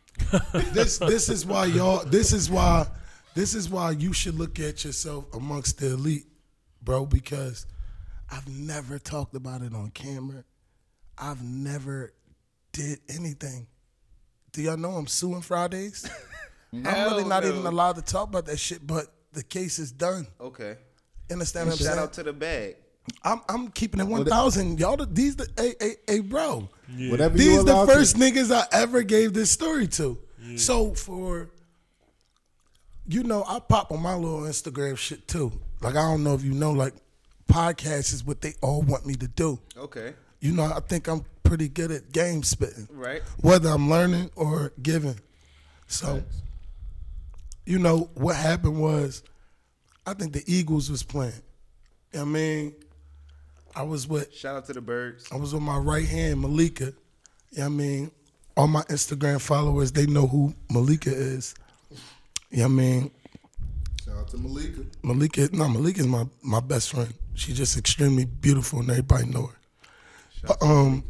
[SPEAKER 8] this this is why y'all this is why this is why you should look at yourself amongst the elite, bro, because I've never talked about it on camera. I've never did anything. Do y'all know I'm suing Fridays?
[SPEAKER 11] <laughs>
[SPEAKER 8] I'm really
[SPEAKER 11] Hell
[SPEAKER 8] not
[SPEAKER 11] no.
[SPEAKER 8] even allowed to talk about that shit, but the case is done.
[SPEAKER 11] Okay.
[SPEAKER 8] Understand
[SPEAKER 11] And
[SPEAKER 8] what I'm
[SPEAKER 11] shout
[SPEAKER 8] saying?
[SPEAKER 11] out to the bag.
[SPEAKER 8] I'm I'm keeping it one thousand. Y'all, the, these the hey hey, hey bro.
[SPEAKER 11] Mm.
[SPEAKER 12] Yeah. Whatever you
[SPEAKER 8] these the
[SPEAKER 12] allowed to-
[SPEAKER 8] first niggas I ever gave this story to. So for you know, I pop on my little Instagram shit too. Like I don't know if you know, like podcasts is what they all want me to do.
[SPEAKER 11] Okay.
[SPEAKER 8] You know, I think I'm pretty good at game spitting.
[SPEAKER 11] Right.
[SPEAKER 8] Whether I'm learning or giving. So, you know, what happened was I think the Eagles was playing. I mean, I was with
[SPEAKER 11] Shout out to the birds.
[SPEAKER 8] I was with my right hand, Malika. You know what I mean? all my Instagram followers, they know who Malika is. Yeah, I mean,
[SPEAKER 12] Shout out to Malika.
[SPEAKER 8] Malika, no, Malika's my, my best friend. She's just extremely beautiful and everybody know her. But, um,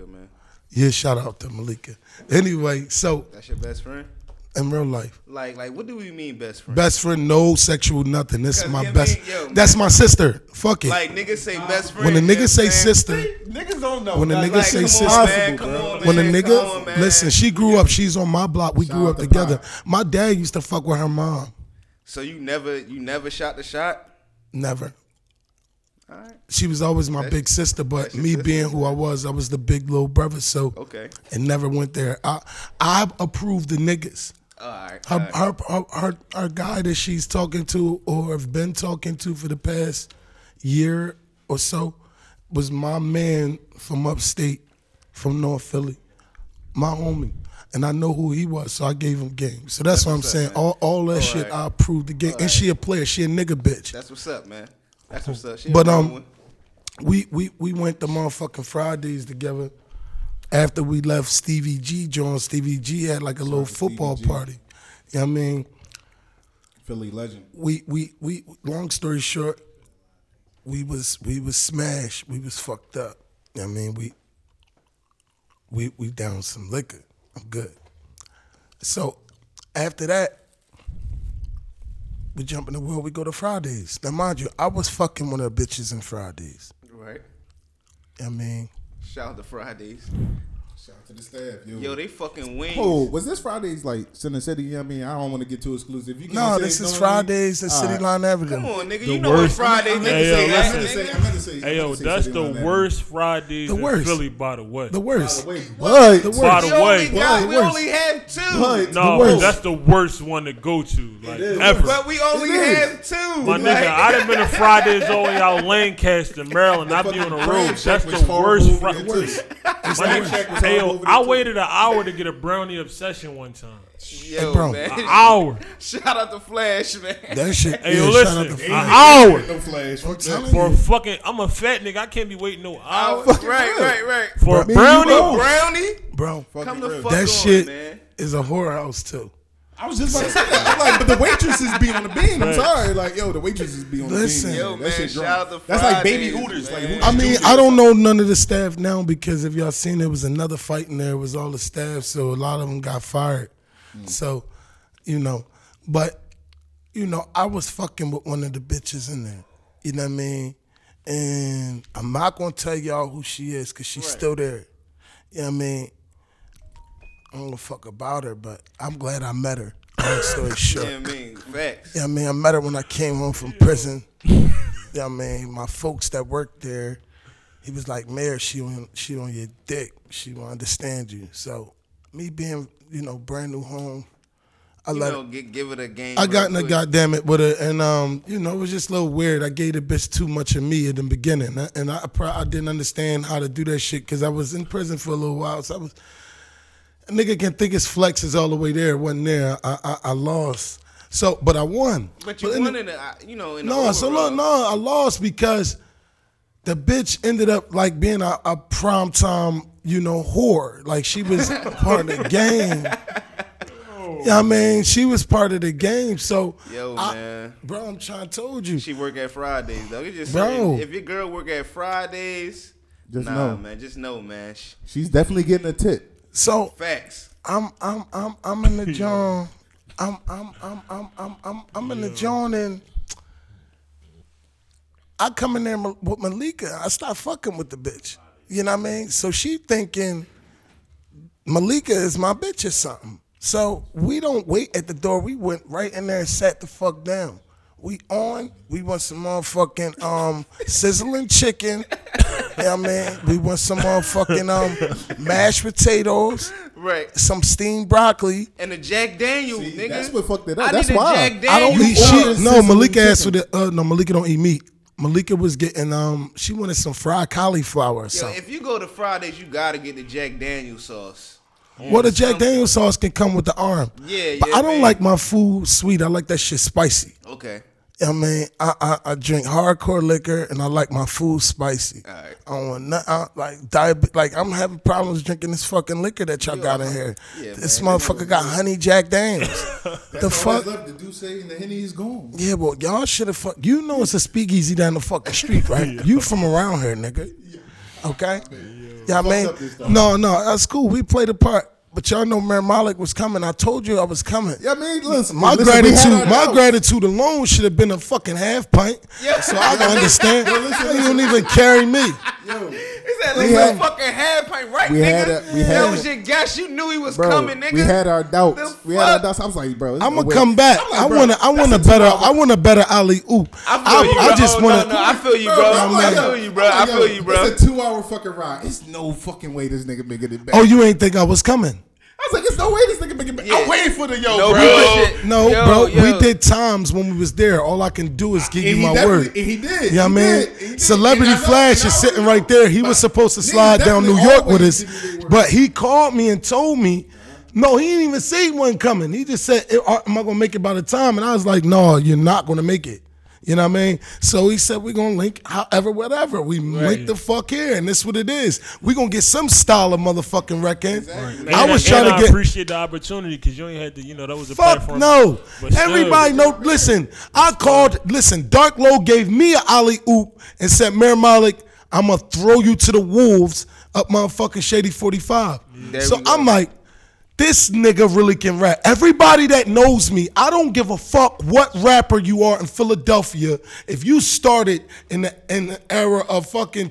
[SPEAKER 8] Yeah, shout out to Malika. Anyway, so
[SPEAKER 11] That's your best friend.
[SPEAKER 8] in real life,
[SPEAKER 11] Like, like, what do we mean best friend?
[SPEAKER 8] best friend, no sexual nothing. This is my
[SPEAKER 11] yeah,
[SPEAKER 8] best.
[SPEAKER 11] man, yo,
[SPEAKER 8] that's my sister. Fuck it.
[SPEAKER 11] Like niggas say best friend.
[SPEAKER 8] When the
[SPEAKER 11] you know
[SPEAKER 8] nigga
[SPEAKER 11] what
[SPEAKER 8] say
[SPEAKER 11] I'm saying?
[SPEAKER 8] sister,
[SPEAKER 12] niggas don't
[SPEAKER 8] when the nigga
[SPEAKER 11] Like,
[SPEAKER 8] say
[SPEAKER 11] come on, man,
[SPEAKER 8] sister,
[SPEAKER 11] come on,
[SPEAKER 8] when the
[SPEAKER 11] man,
[SPEAKER 8] nigga listen, she grew up. She's on my block. We grew up together. My dad used to fuck with her mom.
[SPEAKER 11] So you never, you never shot the shot.
[SPEAKER 8] Never. She was always my big sister, but me being who I was, I was the big little brother. So
[SPEAKER 11] Okay.
[SPEAKER 8] it never went there. I I approve the niggas. Her, her, her, her, her guy that she's talking to or have been talking to for the past year or so was my man from upstate, from North Philly, my homie. And I know who he was, so I gave him game. So that's, what I'm saying. All, all that shit, I approved the game. And she a player. She a nigga bitch.
[SPEAKER 11] That's what's up, man. That's what's up. She
[SPEAKER 8] But
[SPEAKER 11] a real
[SPEAKER 8] um,
[SPEAKER 11] one.
[SPEAKER 8] we we we went to motherfucking Fridays together. After we left Stevie G, John Stevie G had like a little football party. You know what I mean?
[SPEAKER 12] Philly legend.
[SPEAKER 8] We we we. Long story short, we was we was smashed. We was fucked up. You know what I mean? We we we down some liquor. I'm good. So after that, we jump in the wheel. We go to Fridays. Now mind you, I was fucking one of the bitches in Fridays.
[SPEAKER 11] right?
[SPEAKER 8] You know what I mean.
[SPEAKER 11] Shout out to Fridays. Shout
[SPEAKER 12] out to the staff, yo.
[SPEAKER 11] Yo, they fucking wings.
[SPEAKER 12] Oh, was this Fridays like Center City? You know what I mean, I don't want to get too exclusive. You can
[SPEAKER 8] No,
[SPEAKER 12] say
[SPEAKER 8] this
[SPEAKER 12] no
[SPEAKER 8] is
[SPEAKER 12] name.
[SPEAKER 8] Fridays at
[SPEAKER 12] All
[SPEAKER 8] City
[SPEAKER 12] right.
[SPEAKER 8] Line Avenue.
[SPEAKER 12] Come on,
[SPEAKER 11] nigga,
[SPEAKER 12] The you know worst- Friday, nigga,
[SPEAKER 17] Hey,
[SPEAKER 12] say
[SPEAKER 17] yo,
[SPEAKER 12] that,
[SPEAKER 17] that's the-
[SPEAKER 12] nigga. I meant to say- I
[SPEAKER 17] Hey, yo,
[SPEAKER 12] meant to say
[SPEAKER 17] that's
[SPEAKER 12] something
[SPEAKER 17] the
[SPEAKER 12] like that.
[SPEAKER 17] worst Fridays
[SPEAKER 12] The
[SPEAKER 17] in
[SPEAKER 12] worst.
[SPEAKER 17] Philly, by the way.
[SPEAKER 12] The worst. By the way,
[SPEAKER 17] By
[SPEAKER 12] but-
[SPEAKER 17] the
[SPEAKER 12] the
[SPEAKER 17] way.
[SPEAKER 12] worst. We only got- we only
[SPEAKER 11] have two.
[SPEAKER 12] But
[SPEAKER 17] no,
[SPEAKER 12] the worst.
[SPEAKER 17] that's the worst one to go to, like
[SPEAKER 12] is.
[SPEAKER 17] ever.
[SPEAKER 12] But
[SPEAKER 11] we only
[SPEAKER 12] It is.
[SPEAKER 11] have two.
[SPEAKER 17] My
[SPEAKER 11] like-
[SPEAKER 17] nigga, I done been to Fridays all the way out Lancaster, Maryland. I be on the road. That's the worst Friday. My nigga, hey, yo, I waited an hour to get a brownie obsession one time.
[SPEAKER 11] Yo, man. <laughs>
[SPEAKER 17] An hour.
[SPEAKER 11] Shout out to Flash, man.
[SPEAKER 8] That shit.
[SPEAKER 17] Hey, yo,
[SPEAKER 8] yeah, shout out
[SPEAKER 17] listen,
[SPEAKER 8] to
[SPEAKER 17] an
[SPEAKER 8] Flash.
[SPEAKER 17] hour.
[SPEAKER 8] No Flash. I'm telling
[SPEAKER 17] For a
[SPEAKER 8] you.
[SPEAKER 17] fucking, I'm a fat nigga. I can't be waiting no hour.
[SPEAKER 11] Right, right, right.
[SPEAKER 17] For a
[SPEAKER 8] Me and you
[SPEAKER 17] brownie,
[SPEAKER 8] both.
[SPEAKER 11] brownie.
[SPEAKER 8] Bro,
[SPEAKER 11] Come the real. fuck
[SPEAKER 8] that
[SPEAKER 11] on,
[SPEAKER 8] shit
[SPEAKER 11] man.
[SPEAKER 8] is a whorehouse too.
[SPEAKER 12] I was just about to say that. I'm like, but the waitresses be on the beam. I'm
[SPEAKER 8] Right.
[SPEAKER 12] sorry, like yo, the waitresses be on
[SPEAKER 8] Listen.
[SPEAKER 12] the beam.
[SPEAKER 8] Yo,
[SPEAKER 12] that
[SPEAKER 8] man,
[SPEAKER 12] shit drunk.
[SPEAKER 11] shout out to
[SPEAKER 12] That's like baby
[SPEAKER 11] Fridays,
[SPEAKER 12] hooters. Like
[SPEAKER 8] I mean, I don't know none of the staff now because if y'all seen there was another fight and there it was all the staff, so a lot of them got fired. So, you know, but you know, I was fucking with one of the bitches in there. You know what I mean? And I'm not gonna tell y'all who she is because she's still there. You know what I mean? I don't give a fuck about her, but I'm glad I met her. Long story short.
[SPEAKER 11] Yeah, I mean, facts.
[SPEAKER 8] Yeah, I mean, I met her when I came home from prison. yeah, I mean, my folks that worked there, he was like, Mayor, she on, she on your dick. She will understand you. So, me being, you know, brand new home, I
[SPEAKER 11] you
[SPEAKER 8] let
[SPEAKER 11] know, gi- give it a game.
[SPEAKER 8] I got in
[SPEAKER 11] real
[SPEAKER 8] a
[SPEAKER 11] quick.
[SPEAKER 8] goddamn it with her, and um, you know, it was just a little weird. I gave the bitch too much of me in the beginning, and I- and I pro- I didn't understand how to do that shit because I was in prison for a little while. So I was a nigga can think his flex is all the way there, it wasn't there. I I, I lost, so but I won.
[SPEAKER 11] But you
[SPEAKER 8] in
[SPEAKER 11] won
[SPEAKER 8] the-
[SPEAKER 11] in the, uh, you know, in the
[SPEAKER 8] no, so look, no, I lost because the bitch ended up like being a, a prime time, you know, whore. Like she
[SPEAKER 11] <laughs>
[SPEAKER 8] was part of the game. Yeah, I mean, she was part of the game. So
[SPEAKER 11] Yo,
[SPEAKER 8] I-
[SPEAKER 11] man.
[SPEAKER 8] Bro, I'm trying to told you.
[SPEAKER 11] She work at Fridays, though. It's just
[SPEAKER 8] Bro.
[SPEAKER 11] certain- If your girl work at Fridays,
[SPEAKER 12] Just
[SPEAKER 11] nah,
[SPEAKER 12] know.
[SPEAKER 11] man. Just know, man. Sh-
[SPEAKER 12] She's definitely getting a tip.
[SPEAKER 8] So
[SPEAKER 11] Facts.
[SPEAKER 8] I'm I'm I'm I'm in the John. I'm I'm I'm I'm I'm I'm I'm in the John and I come in there ma- with Malika. I start fucking with the bitch. You know what I mean? So she thinking Malika is my bitch or something. So we don't wait at the door. We went right in there and sat the fuck down. We on. We want some motherfucking um sizzling chicken. <laughs> Yeah, man. We want some motherfucking um mashed potatoes.
[SPEAKER 11] Right.
[SPEAKER 8] Some steamed broccoli.
[SPEAKER 11] And the Jack Daniel, nigga. That's what
[SPEAKER 12] fucked it
[SPEAKER 11] I need a Jack Daniel.
[SPEAKER 8] I don't eat
[SPEAKER 11] order.
[SPEAKER 8] shit. No, Malika asked for the. Uh, no, Malika don't eat meat. Malika was getting um. She wanted some fried cauliflower or
[SPEAKER 11] Yo,
[SPEAKER 8] something.
[SPEAKER 11] if you go to Fridays, you gotta get the Jack Daniel sauce.
[SPEAKER 8] Well, the Jack Daniel sauce can come with the arm.
[SPEAKER 11] Yeah,
[SPEAKER 8] But
[SPEAKER 11] yeah,
[SPEAKER 8] I don't like my food sweet. I like that shit spicy.
[SPEAKER 11] Okay.
[SPEAKER 8] I mean, I, I I drink hardcore liquor and I like my food spicy. I don't want nothing I- like diabetes. Like I'm having problems drinking this fucking liquor that y'all got in here.
[SPEAKER 12] Yeah,
[SPEAKER 8] this
[SPEAKER 12] man.
[SPEAKER 8] motherfucker got honey Jack Daniels. the
[SPEAKER 12] That's all
[SPEAKER 8] fuck.
[SPEAKER 12] that's left. The Duce and the Henny is gone.
[SPEAKER 8] Yeah, well, y'all should have fuck. You know it's a speakeasy down the
[SPEAKER 12] <laughs>
[SPEAKER 8] fucking street, right? You from around here, nigga. Okay. Yeah, I
[SPEAKER 12] up this
[SPEAKER 8] mean,
[SPEAKER 12] time.
[SPEAKER 8] no, no, that's cool. We played a part, but y'all know Mayor Malik was coming. I told you I was coming.
[SPEAKER 12] Yeah, I mean, listen,
[SPEAKER 8] my
[SPEAKER 12] listen, we had
[SPEAKER 8] gratitude,
[SPEAKER 12] our
[SPEAKER 8] my
[SPEAKER 12] doubts.
[SPEAKER 8] gratitude alone should have been a fucking half pint.
[SPEAKER 12] Yeah.
[SPEAKER 8] So
[SPEAKER 12] <laughs>
[SPEAKER 8] I can understand.
[SPEAKER 12] Yo, listen,
[SPEAKER 8] you don't even carry me.
[SPEAKER 18] That
[SPEAKER 12] We
[SPEAKER 18] little
[SPEAKER 12] had-
[SPEAKER 18] fucking half pint, right,
[SPEAKER 12] we
[SPEAKER 18] nigga?
[SPEAKER 12] had a- we
[SPEAKER 18] that
[SPEAKER 12] had
[SPEAKER 18] was
[SPEAKER 12] a-
[SPEAKER 18] your guess. You knew he was
[SPEAKER 12] Bro,
[SPEAKER 18] coming, nigga.
[SPEAKER 12] we had our doubts. We had our doubts. I was like, bro,
[SPEAKER 8] I'm gonna come back. I want to. I want a better. I want a better Ali. Ooh.
[SPEAKER 18] I
[SPEAKER 12] feel you, bro.
[SPEAKER 8] just
[SPEAKER 12] Oh,
[SPEAKER 8] want
[SPEAKER 12] no, no, I feel you,
[SPEAKER 8] No,
[SPEAKER 12] bro.
[SPEAKER 8] no,
[SPEAKER 12] I'm
[SPEAKER 8] no.
[SPEAKER 12] like,
[SPEAKER 18] feel you, bro. I
[SPEAKER 12] Yo,
[SPEAKER 18] feel you, bro.
[SPEAKER 12] It's a two-hour fucking ride. It's no fucking way this nigga making it back.
[SPEAKER 8] Oh, you ain't think I was coming?
[SPEAKER 12] I was like, it's no way this nigga making it back. I'm waiting for the yo,
[SPEAKER 18] No,
[SPEAKER 12] bro.
[SPEAKER 18] we did shit.
[SPEAKER 8] No,
[SPEAKER 18] Yo,
[SPEAKER 8] bro.
[SPEAKER 18] yo.
[SPEAKER 8] We did times when we was there. All I can do is give
[SPEAKER 12] And
[SPEAKER 8] you
[SPEAKER 12] he
[SPEAKER 8] my
[SPEAKER 12] definitely-
[SPEAKER 8] word.
[SPEAKER 12] and he did.
[SPEAKER 8] Yeah, I
[SPEAKER 12] He
[SPEAKER 8] mean,
[SPEAKER 12] did. He did.
[SPEAKER 8] celebrity Flash is sitting right there. He was supposed to slide down New
[SPEAKER 12] definitely
[SPEAKER 8] York with
[SPEAKER 12] always
[SPEAKER 8] us, but he called me and told me. No, he didn't even see one coming. He just said, "Am I gonna make it by the time?" And I was like, "No, you're not gonna make it." You know what I mean? So he said, "We're gonna link, however, whatever. We link the fuck here, and this what it is. We gonna get some style of motherfucking record." I
[SPEAKER 17] And
[SPEAKER 8] was
[SPEAKER 17] and
[SPEAKER 8] trying to
[SPEAKER 17] I
[SPEAKER 8] get.
[SPEAKER 17] appreciate the opportunity because you only had to, you know, that was a
[SPEAKER 8] Fuck
[SPEAKER 17] platform.
[SPEAKER 8] no.
[SPEAKER 17] But still,
[SPEAKER 8] Everybody know. Listen, I called. Listen, Dark Low gave me an alley oop and said, Mayor Malik, I'm going to throw you to the wolves up motherfucking Shady 45.
[SPEAKER 18] There
[SPEAKER 8] So
[SPEAKER 18] we go.
[SPEAKER 8] I'm like, this nigga really can rap. Everybody that knows me, I don't give a fuck what rapper you are in Philadelphia. If you started in the, in the era of fucking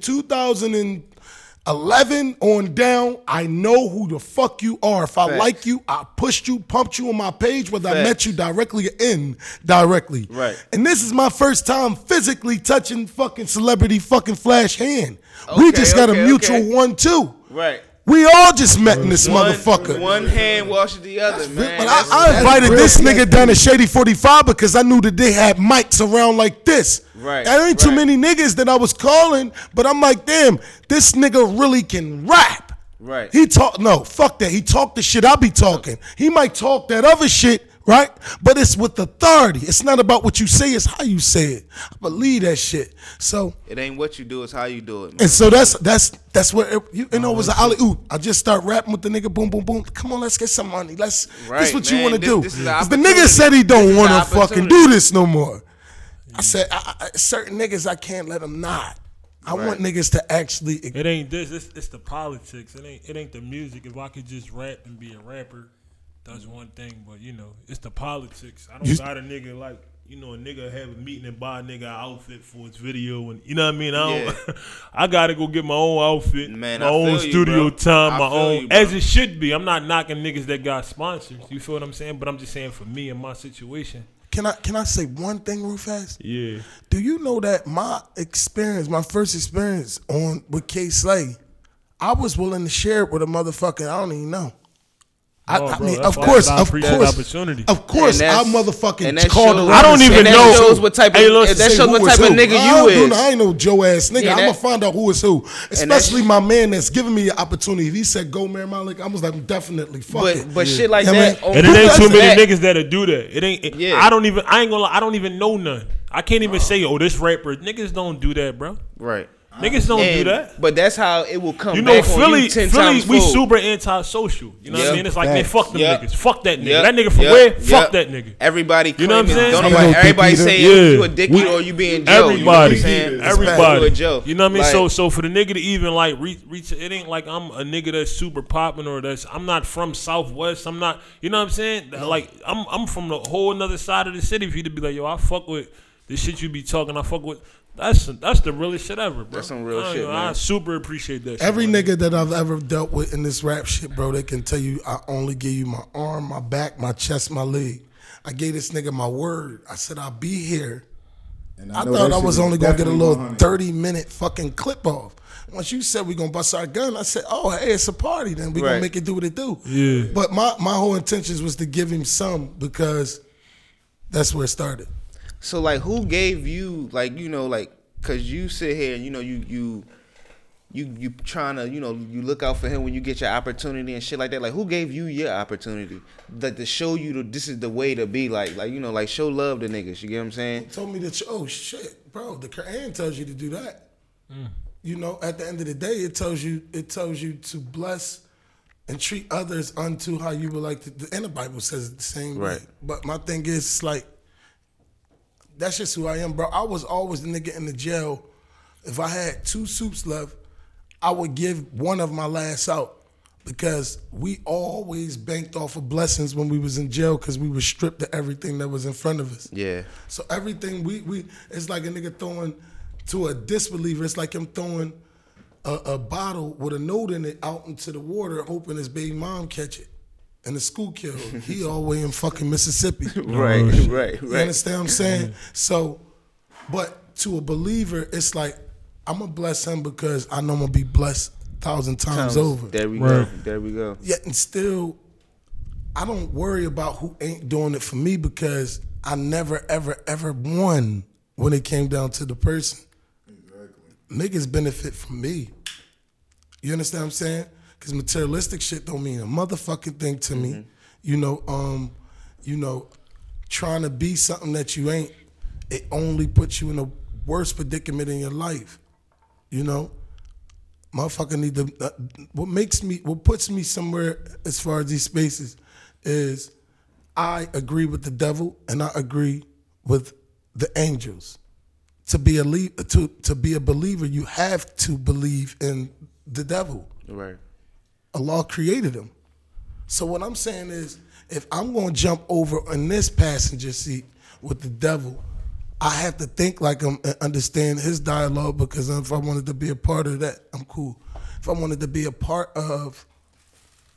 [SPEAKER 8] 2011 on down, I know who the fuck you are. If I
[SPEAKER 18] Facts.
[SPEAKER 8] like you, I pushed you, pumped you on my page, whether I
[SPEAKER 18] Facts.
[SPEAKER 8] met you directly or indirectly.
[SPEAKER 18] Right.
[SPEAKER 8] And this is my first time physically touching fucking celebrity fucking flash hand. we
[SPEAKER 18] Okay,
[SPEAKER 8] just got
[SPEAKER 18] okay,
[SPEAKER 8] a mutual
[SPEAKER 18] okay.
[SPEAKER 8] one-two.
[SPEAKER 18] Right.
[SPEAKER 8] We all just met in this
[SPEAKER 18] One-
[SPEAKER 8] motherfucker.
[SPEAKER 18] One hand washes the other, man.
[SPEAKER 8] But I,
[SPEAKER 18] That's-
[SPEAKER 8] I
[SPEAKER 18] that's
[SPEAKER 8] invited
[SPEAKER 18] real
[SPEAKER 8] this
[SPEAKER 18] shit.
[SPEAKER 8] nigga down to Shady 45 because I knew that they had mics around like this.
[SPEAKER 18] Right,
[SPEAKER 8] There ain't too many niggas that I was calling, but I'm like, damn, this nigga really can rap.
[SPEAKER 18] Right.
[SPEAKER 8] He talk no, fuck that. He talk the shit I be talking. He might talk that other shit, right? But it's with authority. It's not about what you say, it's how you say it. I believe that shit. So
[SPEAKER 18] It ain't what you do, it's how you do it, man.
[SPEAKER 8] and so that's that's that's what it, you, you know it was an alley oop. I just start rapping with the nigga. Boom, boom, boom. Come on, let's get some money. Let's. this
[SPEAKER 18] Right,
[SPEAKER 8] what you
[SPEAKER 18] man.
[SPEAKER 8] want to
[SPEAKER 18] This-
[SPEAKER 8] do?
[SPEAKER 18] this is an
[SPEAKER 8] 'Cause the nigga said he
[SPEAKER 18] This
[SPEAKER 8] don't
[SPEAKER 18] is
[SPEAKER 8] want
[SPEAKER 18] an
[SPEAKER 8] to fucking
[SPEAKER 18] opportunity.
[SPEAKER 8] do this no more. I said I, I, certain niggas I can't let them not. I want niggas to actually.
[SPEAKER 17] It ain't this. It's, it's the politics. It ain't. It ain't the music. If I could just rap and be a rapper, that's one thing. But you know, it's the politics. I don't
[SPEAKER 8] You-
[SPEAKER 17] got a nigga like you know a nigga have a meeting and buy a nigga an outfit for its video and you know what I mean. I don't. <laughs> I gotta go get my own outfit,
[SPEAKER 18] Man,
[SPEAKER 17] my
[SPEAKER 18] I
[SPEAKER 17] own
[SPEAKER 18] feel you, bro.
[SPEAKER 17] studio time,
[SPEAKER 18] I
[SPEAKER 17] my
[SPEAKER 18] feel
[SPEAKER 17] own
[SPEAKER 18] you, bro.
[SPEAKER 17] as it should be. I'm not knocking niggas that got sponsors. You feel what I'm saying? But I'm just saying for me and my situation.
[SPEAKER 8] Can I can I say one thing real fast?
[SPEAKER 17] Yeah.
[SPEAKER 8] Do you know that my experience, my first experience on with K Slay, I was willing to share it with a motherfucker I don't even know. I,
[SPEAKER 17] Oh,
[SPEAKER 8] I
[SPEAKER 17] bro,
[SPEAKER 8] mean,
[SPEAKER 17] that's
[SPEAKER 8] of
[SPEAKER 17] why I
[SPEAKER 8] course,
[SPEAKER 17] said I
[SPEAKER 8] of
[SPEAKER 17] appreciate the
[SPEAKER 8] course,
[SPEAKER 17] opportunity.
[SPEAKER 8] of course,
[SPEAKER 17] And
[SPEAKER 8] I
[SPEAKER 17] that's-
[SPEAKER 8] motherfucking
[SPEAKER 17] and that
[SPEAKER 8] called
[SPEAKER 17] shows-
[SPEAKER 8] around.
[SPEAKER 17] I don't
[SPEAKER 8] and
[SPEAKER 17] even
[SPEAKER 8] that
[SPEAKER 17] know. Hey, listen.
[SPEAKER 8] to
[SPEAKER 17] that
[SPEAKER 8] say
[SPEAKER 17] shows what
[SPEAKER 8] who is
[SPEAKER 17] type of
[SPEAKER 8] who.
[SPEAKER 17] nigga
[SPEAKER 8] I
[SPEAKER 17] you
[SPEAKER 8] don't do
[SPEAKER 17] is.
[SPEAKER 8] no- I ain't no Joe ass nigga.
[SPEAKER 17] Yeah,
[SPEAKER 8] I'm
[SPEAKER 17] that-
[SPEAKER 8] gonna find out who is who.
[SPEAKER 18] And
[SPEAKER 8] Especially my man that's giving me an opportunity. If he said go, Mary Malik, I was like, definitely fuck
[SPEAKER 18] But-
[SPEAKER 8] it.
[SPEAKER 18] but shit like
[SPEAKER 8] You know what I
[SPEAKER 18] that
[SPEAKER 8] mean?
[SPEAKER 17] And it ain't too many
[SPEAKER 18] that?
[SPEAKER 17] niggas that'll do that. It ain't. it- I don't even. I ain't gonna. lie, I don't even know none. I can't even say, oh, this rapper. Niggas don't do that, bro.
[SPEAKER 18] Right.
[SPEAKER 17] Niggas don't do
[SPEAKER 18] And-
[SPEAKER 17] that.
[SPEAKER 18] But that's how it will come.
[SPEAKER 17] You know,
[SPEAKER 18] back on
[SPEAKER 17] Philly,
[SPEAKER 18] you 10
[SPEAKER 17] Philly,
[SPEAKER 18] times
[SPEAKER 17] we
[SPEAKER 18] fold.
[SPEAKER 17] super antisocial. You know what
[SPEAKER 18] Yep.
[SPEAKER 17] I mean? It's like, man,
[SPEAKER 18] Facts.
[SPEAKER 17] fuck them
[SPEAKER 18] Yep.
[SPEAKER 17] niggas. Fuck that nigga.
[SPEAKER 18] Yep.
[SPEAKER 17] That nigga from
[SPEAKER 18] Yep.
[SPEAKER 17] where?
[SPEAKER 18] Yep.
[SPEAKER 17] Fuck that nigga.
[SPEAKER 18] Everybody,
[SPEAKER 17] You know what I'm
[SPEAKER 18] claiming-
[SPEAKER 17] saying?
[SPEAKER 18] Don't nobody, everybody saying you a dick eater or you being Joe. You know what I'm
[SPEAKER 17] Everybody,
[SPEAKER 18] saying? It's bad.
[SPEAKER 17] everybody.
[SPEAKER 18] You a Joe.
[SPEAKER 17] You know what I mean? so,
[SPEAKER 18] Like-
[SPEAKER 17] so for the nigga to even like reach, reach, it ain't like I'm a nigga that's super popping or that's I'm not from Southwest. I'm not. You know what I'm saying? Like I'm, I'm from the whole another side of the city. For you to be like, yo, I fuck with the shit you be talking. I fuck with. That's that's the realest shit ever, bro. That's some
[SPEAKER 18] real shit,
[SPEAKER 17] I
[SPEAKER 18] man.
[SPEAKER 17] super appreciate that. shit,
[SPEAKER 8] Every
[SPEAKER 17] man.
[SPEAKER 8] nigga that I've ever dealt with in this rap shit, bro, they can tell you I only give you my arm, my back, my chest, my leg. I gave this nigga my word. I said I'll be here.
[SPEAKER 12] And
[SPEAKER 8] I,
[SPEAKER 12] know
[SPEAKER 8] thought
[SPEAKER 12] that
[SPEAKER 8] I
[SPEAKER 12] shit
[SPEAKER 8] was only gonna get a
[SPEAKER 12] definitely
[SPEAKER 8] little
[SPEAKER 12] 100.
[SPEAKER 8] thirty minute fucking clip off. Once you said we gonna bust our gun, I said, "Oh, hey, it's a party. Then we
[SPEAKER 18] Right.
[SPEAKER 8] gonna make it do what it do."
[SPEAKER 17] Yeah.
[SPEAKER 8] But my my whole intentions was to give him some because that's where it started.
[SPEAKER 18] So like, who gave you like you know like because you sit here and you know you you
[SPEAKER 11] you you trying to you know you look out for him when you get your opportunity and shit like that. Like who gave you your opportunity? Like to show you the, this is the way to be. Like like you know like show love to niggas. You get what I'm saying?
[SPEAKER 8] told me that oh shit, bro, the Quran tells you to do that. You know, at the end of the day, it tells you it tells you to bless and treat others unto how you would like to. And the Bible says the same, way.
[SPEAKER 11] Right.
[SPEAKER 8] But my thing is it's like that's just who I am, bro. I was always the nigga in the jail. If I had two soups left, I would give one of my last out because we always banked off of blessings when we was in jail because we were stripped of everything that was in front of us.
[SPEAKER 11] Yeah.
[SPEAKER 8] So everything we we it's like a nigga throwing to a disbeliever. It's like him throwing a, a bottle with a note in it out into the water, hoping his baby mom catch it. And the school kid, he all way in fucking Mississippi.
[SPEAKER 11] <laughs> Right, right, right. Mm-hmm.
[SPEAKER 8] You understand what I'm saying? So, but to a believer, it's like I'm gonna bless him because I know I'm gonna be blessed a thousand times, over.
[SPEAKER 11] There we go. There we go.
[SPEAKER 8] Yet and still, I don't worry about who ain't doing it for me because I never, ever, ever won when it came down to the person. Niggas benefit from me. You understand what I'm saying? Because materialistic shit don't mean a motherfucking thing to me. You know, um, you know, trying to be something that you ain't, it only puts you in a worse predicament in your life. You know, motherfucker need to. Uh, what makes me, what puts me somewhere as far as these spaces, is I agree with the devil and I agree with the angels. To be a le- to to be a believer, you have to believe in the devil.
[SPEAKER 11] Right.
[SPEAKER 8] Allah created him. So what I'm saying is, if I'm going to jump over in this passenger seat with the devil, I have to think like him and understand his dialogue because if I wanted to be a part of that, I'm cool. If I wanted to be a part of,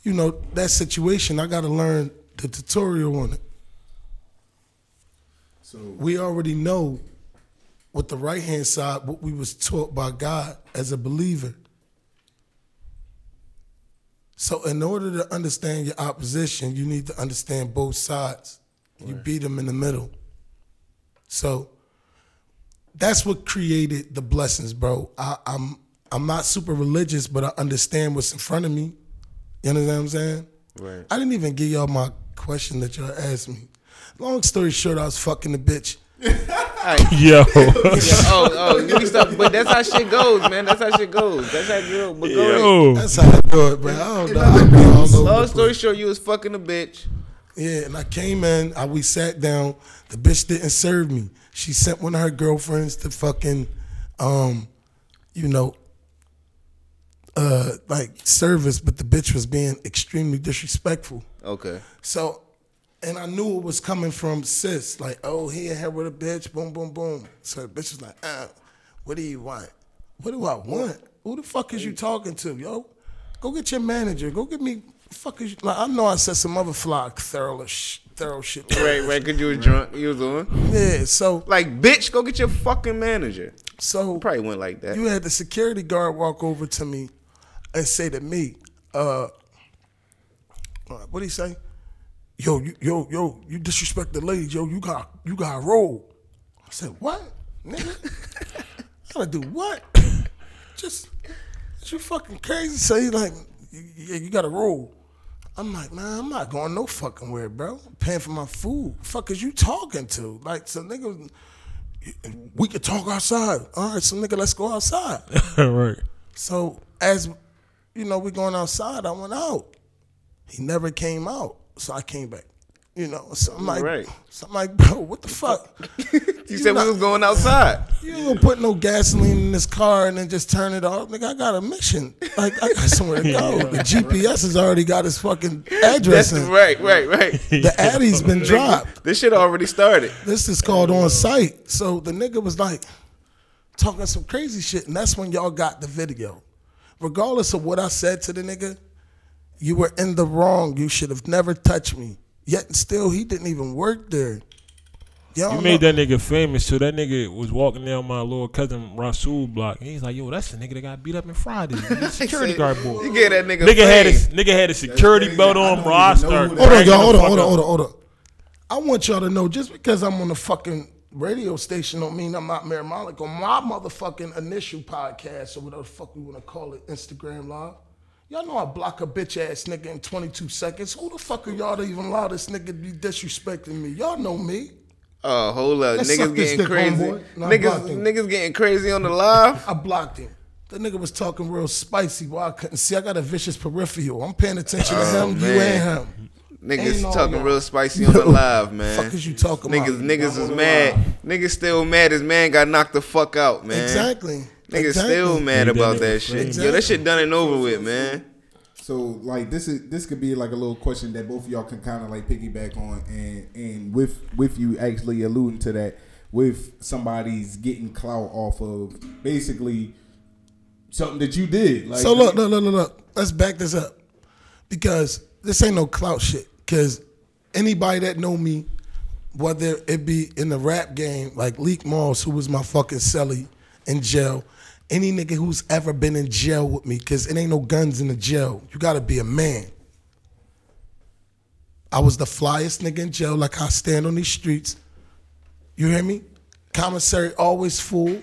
[SPEAKER 8] you know, that situation, I got to learn the tutorial on it.
[SPEAKER 19] So
[SPEAKER 8] we already know with the right hand side what we was taught by God as a believer. So in order to understand your opposition, you need to understand both sides. You beat them in the middle. So that's what created the blessings, bro. I, I'm I'm not super religious, but I understand what's in front of me. You understand what I'm saying?
[SPEAKER 11] Right.
[SPEAKER 8] I didn't even give y'all my question that y'all asked me. Long story short, I was fucking the bitch.
[SPEAKER 11] oh,
[SPEAKER 17] Yo.
[SPEAKER 11] oh, let me stop. But that's how shit goes, man. That's how shit goes. That's how it goes. But go ahead.
[SPEAKER 8] That's how I do it, bro. I don't know. I be all over
[SPEAKER 11] Long
[SPEAKER 8] the
[SPEAKER 11] story short, you was fucking a bitch.
[SPEAKER 8] Yeah, and I came in, I, we sat down. The bitch didn't serve me. She sent one of her girlfriends to fucking, um, you know, uh, like service, but the bitch was being extremely disrespectful.
[SPEAKER 11] Okay.
[SPEAKER 8] So, and I knew it was coming from sis, like, oh, he in here with a bitch, boom, boom, boom. So the bitch was like, uh, what do you want? What do I want? Who the fuck is you talking to, yo? Go get your manager. Go get me. Fuck is you? Like, I know I said some other fly thorough, sh- thorough shit.
[SPEAKER 11] Right, right. Cause you was drunk. You was on.
[SPEAKER 8] Yeah. So
[SPEAKER 11] like, bitch, go get your fucking manager.
[SPEAKER 8] So
[SPEAKER 11] probably went like that.
[SPEAKER 8] You had the security guard walk over to me and say to me, uh, what do he say? Yo, you, yo, yo, you disrespect the ladies, yo, you got you got roll. I said, What? Nigga? I gotta do what? Just you fucking crazy. So he like, yeah, you gotta roll. I'm like, man, I'm not going no fucking where, bro. I'm paying for my food. Fuck is you talking to? Like some nigga we could talk outside. All right, so nigga, let's go outside.
[SPEAKER 17] right.
[SPEAKER 8] So as you know, we going outside. I went out. He never came out, so I came back. You know, so I'm like,
[SPEAKER 11] Right.
[SPEAKER 8] so I'm like, bro, what the fuck?
[SPEAKER 11] <laughs>
[SPEAKER 8] <laughs>
[SPEAKER 11] You said we was going outside.
[SPEAKER 8] You ain't gonna put no gasoline in this car and then just turn it off. Nigga, I got a mission. Like I got somewhere to go. The GPS has already got his fucking address
[SPEAKER 11] That's
[SPEAKER 8] in.
[SPEAKER 11] right, right, right.
[SPEAKER 8] The Addy's been dropped.
[SPEAKER 11] This shit already started.
[SPEAKER 8] This is called on site. So the nigga was like talking some crazy shit, and that's when y'all got the video. Regardless of what I said to the nigga, you were in the wrong. You should have never touched me. Yet and still, he didn't even work there. Y'all
[SPEAKER 17] You
[SPEAKER 8] know-
[SPEAKER 17] made that nigga famous. So that nigga was walking down my little cousin Rasul block. And he's like, yo, that's the nigga that got beat up in Friday.
[SPEAKER 8] <laughs>
[SPEAKER 17] The security guard boy.
[SPEAKER 11] You get that nigga.
[SPEAKER 17] Nigga had,
[SPEAKER 11] fame.
[SPEAKER 17] his, nigga had a security belt on, bro. I started
[SPEAKER 8] Hold on,
[SPEAKER 17] cracking
[SPEAKER 8] y'all.
[SPEAKER 17] the
[SPEAKER 8] Hold on,
[SPEAKER 17] fuck
[SPEAKER 8] hold on,
[SPEAKER 17] up.
[SPEAKER 8] hold on, hold on. I want y'all to know just because I'm on the fucking radio station don't mean I'm not Mayor Malik. On my motherfucking initial podcast or whatever the fuck we want to call it, Instagram Live. Y'all know I block a bitch ass nigga in 22 seconds. Who the fuck are y'all to even allow this nigga to be disrespecting me? Y'all know me.
[SPEAKER 11] Oh, hold up.
[SPEAKER 8] Let's suck
[SPEAKER 11] niggas
[SPEAKER 8] this
[SPEAKER 11] getting
[SPEAKER 8] dick,
[SPEAKER 11] crazy.
[SPEAKER 8] homeboy. No, I
[SPEAKER 11] niggas,
[SPEAKER 8] blocked him.
[SPEAKER 11] niggas getting crazy on the live.
[SPEAKER 8] I blocked him. That nigga was talking real spicy while I couldn't see. I got a vicious peripheral. I'm paying attention to
[SPEAKER 11] Oh,
[SPEAKER 8] him, you and
[SPEAKER 11] man.
[SPEAKER 8] him. Ain't
[SPEAKER 11] Niggas
[SPEAKER 8] no
[SPEAKER 11] talking
[SPEAKER 8] man.
[SPEAKER 11] real spicy on the live, man.
[SPEAKER 8] Fuck is you talking
[SPEAKER 11] niggas,
[SPEAKER 8] about?
[SPEAKER 11] Niggas
[SPEAKER 8] Not
[SPEAKER 11] is
[SPEAKER 8] on the
[SPEAKER 11] mad. Niggas still mad. His man got knocked the fuck out, man.
[SPEAKER 8] Exactly.
[SPEAKER 11] Niggas
[SPEAKER 12] Exactly.
[SPEAKER 11] still mad
[SPEAKER 12] You done
[SPEAKER 11] about
[SPEAKER 12] it,
[SPEAKER 11] that
[SPEAKER 12] friend.
[SPEAKER 11] shit. Yo, that shit done and over with, man.
[SPEAKER 12] So like this is this could be like a little question that both of y'all can kind of like piggyback on, and and with with you actually alluding to that with somebody's getting clout off of basically something that you did. Like,
[SPEAKER 8] so look, look, look, look, look. Let's back this up because this ain't no clout shit. Because anybody that know me, whether it be in the rap game, like Leek Moss, who was my fucking celly in jail, any nigga who's ever been in jail with me, because it ain't no guns in the jail. You gotta be a man. I was the flyest nigga in jail, like I stand on these streets. You hear me? Commissary always full,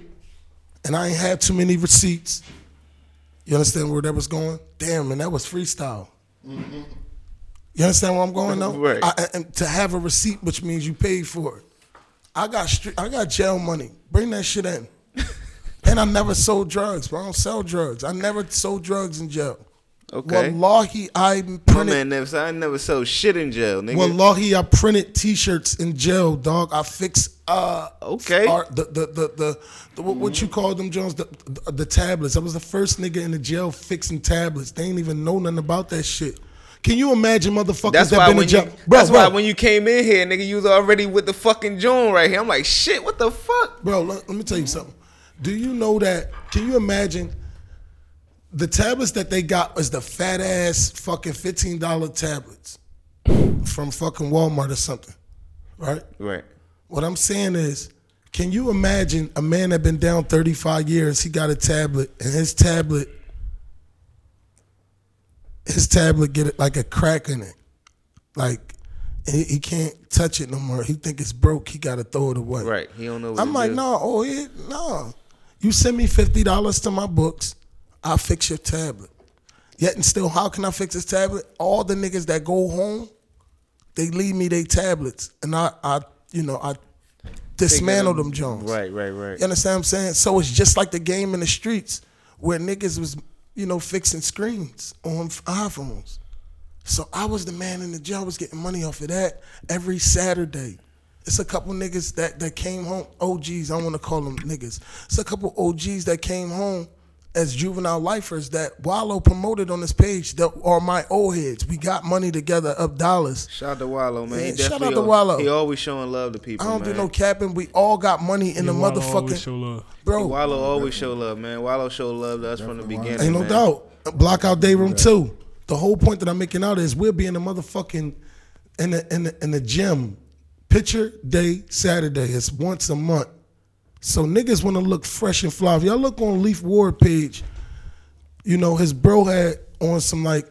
[SPEAKER 8] and I ain't had too many receipts. You understand where that was going? Damn, man, that was freestyle. You understand where I'm going though?
[SPEAKER 11] Mm-hmm. Right.
[SPEAKER 8] I, I- and to have a receipt, which means you paid for it. I got stre- I got jail money. Bring that shit
[SPEAKER 11] <laughs>
[SPEAKER 8] in. and I never sold drugs, bro. I don't sell drugs. I never sold drugs in jail.
[SPEAKER 11] Okay.
[SPEAKER 8] Wallahi, I
[SPEAKER 11] My
[SPEAKER 8] printed
[SPEAKER 11] man never said I never sold shit in jail, nigga.
[SPEAKER 8] Wallahi, I printed T-shirts in jail, dog. I fix uh
[SPEAKER 11] okay
[SPEAKER 8] art, the the the the, the what, what you call them, Jones? The, the the tablets. I was the first nigga in the jail fixing tablets. They ain't even know nothing about that shit. Can you imagine, motherfuckers
[SPEAKER 11] That's
[SPEAKER 8] that
[SPEAKER 11] why
[SPEAKER 8] been
[SPEAKER 11] when
[SPEAKER 8] in jail?
[SPEAKER 11] you, that's why when you came in here, nigga, you was already with the fucking joint right here. I'm like, shit, what the fuck?
[SPEAKER 8] Bro, let, let me tell you something. Do you know that? Can you imagine? The tablets that they got was the fat ass fucking fifteen dollar tablets from fucking Walmart or something, right?
[SPEAKER 11] Right.
[SPEAKER 8] What I'm saying is, can you imagine a man that been down 35 years? He got a tablet, and his tablet, his tablet get it like a crack in it, like he, he can't touch it no more. He think it's broke. He got to throw it away.
[SPEAKER 11] Right. He don't know what
[SPEAKER 8] I'm
[SPEAKER 11] to
[SPEAKER 8] like,
[SPEAKER 11] do.
[SPEAKER 8] no, oh yeah, no. You send me fifty dollars to my books, I will fix your tablet. Yet and still, how can I fix this tablet? All the niggas that go home, they leave me their tablets, and I, I, you know, I dismantle them, Jones.
[SPEAKER 11] Right, right, right.
[SPEAKER 8] You understand what I'm saying? So it's just like the game in the streets where niggas was, you know, fixing screens on f- iPhones. So I was the man in the jail was getting money off of that every Saturday. It's a couple niggas that, that came home, OGs, I want to call them niggas. It's a couple OGs that came home as juvenile lifers that Wallow promoted on this page that are my old heads. We got money together up dollars.
[SPEAKER 11] Shout out to Wallow, man.
[SPEAKER 8] Yeah,
[SPEAKER 11] He
[SPEAKER 8] shout out
[SPEAKER 11] definitely
[SPEAKER 8] to
[SPEAKER 11] al-
[SPEAKER 8] Wallow.
[SPEAKER 11] He always showing love to people.
[SPEAKER 8] I don't
[SPEAKER 11] man.
[SPEAKER 8] do no capping. We all got money in the motherfucking bro.
[SPEAKER 11] Wallow always show love, man. Wallow show love to us from the beginning.
[SPEAKER 8] Ain't no
[SPEAKER 11] man.
[SPEAKER 8] doubt. Blockout day room two. The whole point that I'm making out is we'll be in the motherfucking in the in the in the gym. Picture day Saturday. It's once a month. So niggas wanna look fresh and fly. If y'all look on Leaf Ward page, you know, his bro had on some like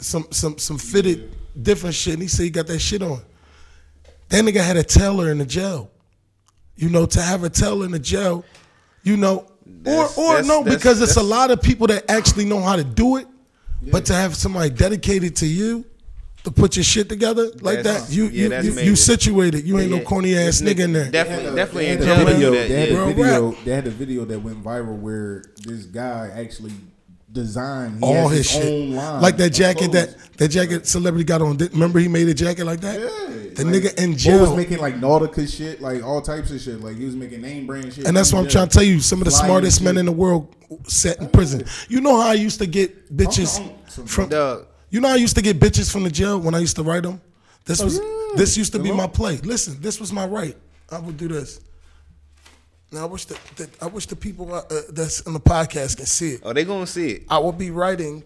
[SPEAKER 8] some some some fitted different shit and he said he got that shit on. That nigga had a teller in the jail. You know, to have a teller in the jail, you know,
[SPEAKER 11] That's-
[SPEAKER 8] or or
[SPEAKER 11] that's-
[SPEAKER 8] no,
[SPEAKER 11] that's-
[SPEAKER 8] because it's a
[SPEAKER 11] that's-
[SPEAKER 8] lot of people that actually know how to do it, but to have somebody dedicated to you to put your shit together like
[SPEAKER 11] That's-
[SPEAKER 8] that, you
[SPEAKER 11] yeah,
[SPEAKER 8] you
[SPEAKER 11] that's
[SPEAKER 8] you,
[SPEAKER 11] major.
[SPEAKER 8] you situated. You ain't
[SPEAKER 11] Yeah,
[SPEAKER 8] no corny ass
[SPEAKER 11] yeah.
[SPEAKER 8] nigga in there.
[SPEAKER 11] Definitely- definitely
[SPEAKER 12] They
[SPEAKER 11] in
[SPEAKER 12] had
[SPEAKER 11] jail
[SPEAKER 12] a
[SPEAKER 11] they do
[SPEAKER 12] video.
[SPEAKER 11] that,
[SPEAKER 12] They had
[SPEAKER 11] yeah.
[SPEAKER 12] a
[SPEAKER 11] Real
[SPEAKER 12] video. They had a video that went viral where this guy actually designed he
[SPEAKER 8] all
[SPEAKER 12] has
[SPEAKER 8] his,
[SPEAKER 12] own
[SPEAKER 8] shit,
[SPEAKER 12] line
[SPEAKER 8] like that
[SPEAKER 12] of
[SPEAKER 8] jacket
[SPEAKER 12] clothes.
[SPEAKER 8] that that jacket celebrity got on. Did- Remember he made a jacket like that. Yeah, the nigga in
[SPEAKER 12] Bo was
[SPEAKER 8] jail.
[SPEAKER 12] making like Nautica shit, like all types of shit. Like he was making name brand shit.
[SPEAKER 8] And that's what I'm trying to tell you. Some of the
[SPEAKER 12] Flyers
[SPEAKER 8] smartest
[SPEAKER 12] shit.
[SPEAKER 8] men in the world sat in prison. You know how I used to get bitches from. You know how I used to get bitches from the jail when I used to write them. This
[SPEAKER 12] Oh,
[SPEAKER 8] was
[SPEAKER 12] yeah.
[SPEAKER 8] this used to be my play. Listen, this was my right. I would do this. Now I wish that, that I wish the people uh, uh, that's on the podcast can see it.
[SPEAKER 11] Oh, they gonna see it. <laughs>
[SPEAKER 8] I will be writing.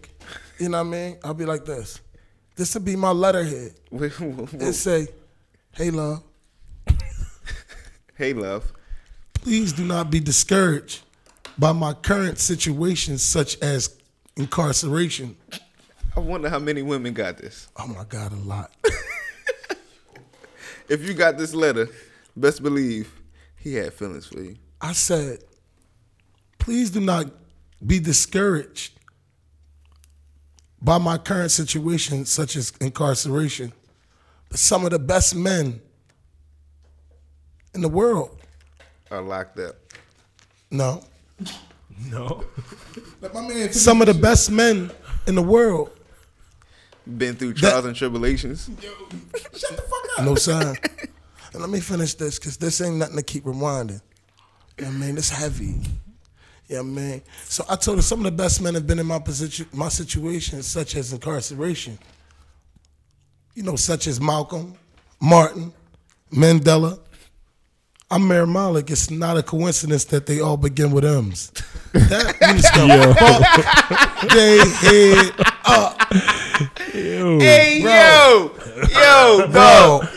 [SPEAKER 8] You know what I mean? I'll be like this. This would be my letterhead. It say, "Hey love,
[SPEAKER 11] hey love.
[SPEAKER 8] please do not be discouraged by my current situation, such as incarceration.
[SPEAKER 11] I wonder how many women got this.
[SPEAKER 8] Oh my god, a lot. <laughs>
[SPEAKER 11] If you got this letter, best believe He had feelings for you.
[SPEAKER 8] I said, please do not be discouraged by my current situation, such as incarceration. But some of the best men in the world,
[SPEAKER 11] I locked up.
[SPEAKER 8] no,
[SPEAKER 17] No.
[SPEAKER 12] Let my man finish
[SPEAKER 8] some of the
[SPEAKER 12] his
[SPEAKER 8] best men in the world,
[SPEAKER 11] Been through trials and tribulations.
[SPEAKER 8] no sign. And let me finish this, because this ain't nothing to keep reminding. You know what I mean? It's heavy. Yeah, you know what I mean. So I told her some of the best men have been in my position, my situation, such as incarceration. You know, such as Malcolm, Martin, Mandela. I'm Mayor Malik. It's not a coincidence that they all begin with M's. That means the
[SPEAKER 20] Yo.
[SPEAKER 8] fuck they head up.
[SPEAKER 18] Hey yo, yo,
[SPEAKER 8] Bro,
[SPEAKER 18] dog.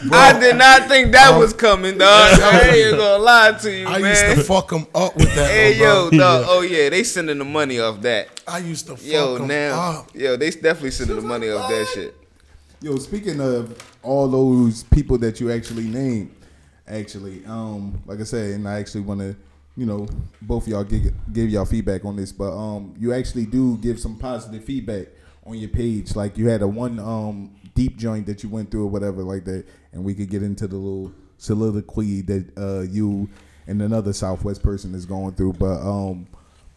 [SPEAKER 8] bro.
[SPEAKER 18] I did not think that
[SPEAKER 8] Bro.
[SPEAKER 18] was coming, dog. I ain't gonna lie to you,
[SPEAKER 8] I
[SPEAKER 18] man.
[SPEAKER 8] used to fuck them up with that.
[SPEAKER 18] Hey
[SPEAKER 8] one,
[SPEAKER 18] yo,
[SPEAKER 8] bro. <laughs>
[SPEAKER 18] dog. Oh yeah, they sending the money off that.
[SPEAKER 8] I used to fuck
[SPEAKER 18] Yo
[SPEAKER 8] 'em
[SPEAKER 18] now, yo, they definitely sending the money off that shit.
[SPEAKER 12] Yo, speaking of all those people that you actually named, actually, um, like I said, and I actually want to, you know, both of y'all give, give y'all feedback on this, but um, you actually do give some positive feedback on your page. Like you had a one um deep joint that you went through or whatever like that, and we could get into the little soliloquy that uh you and another Southwest person is going through, but um.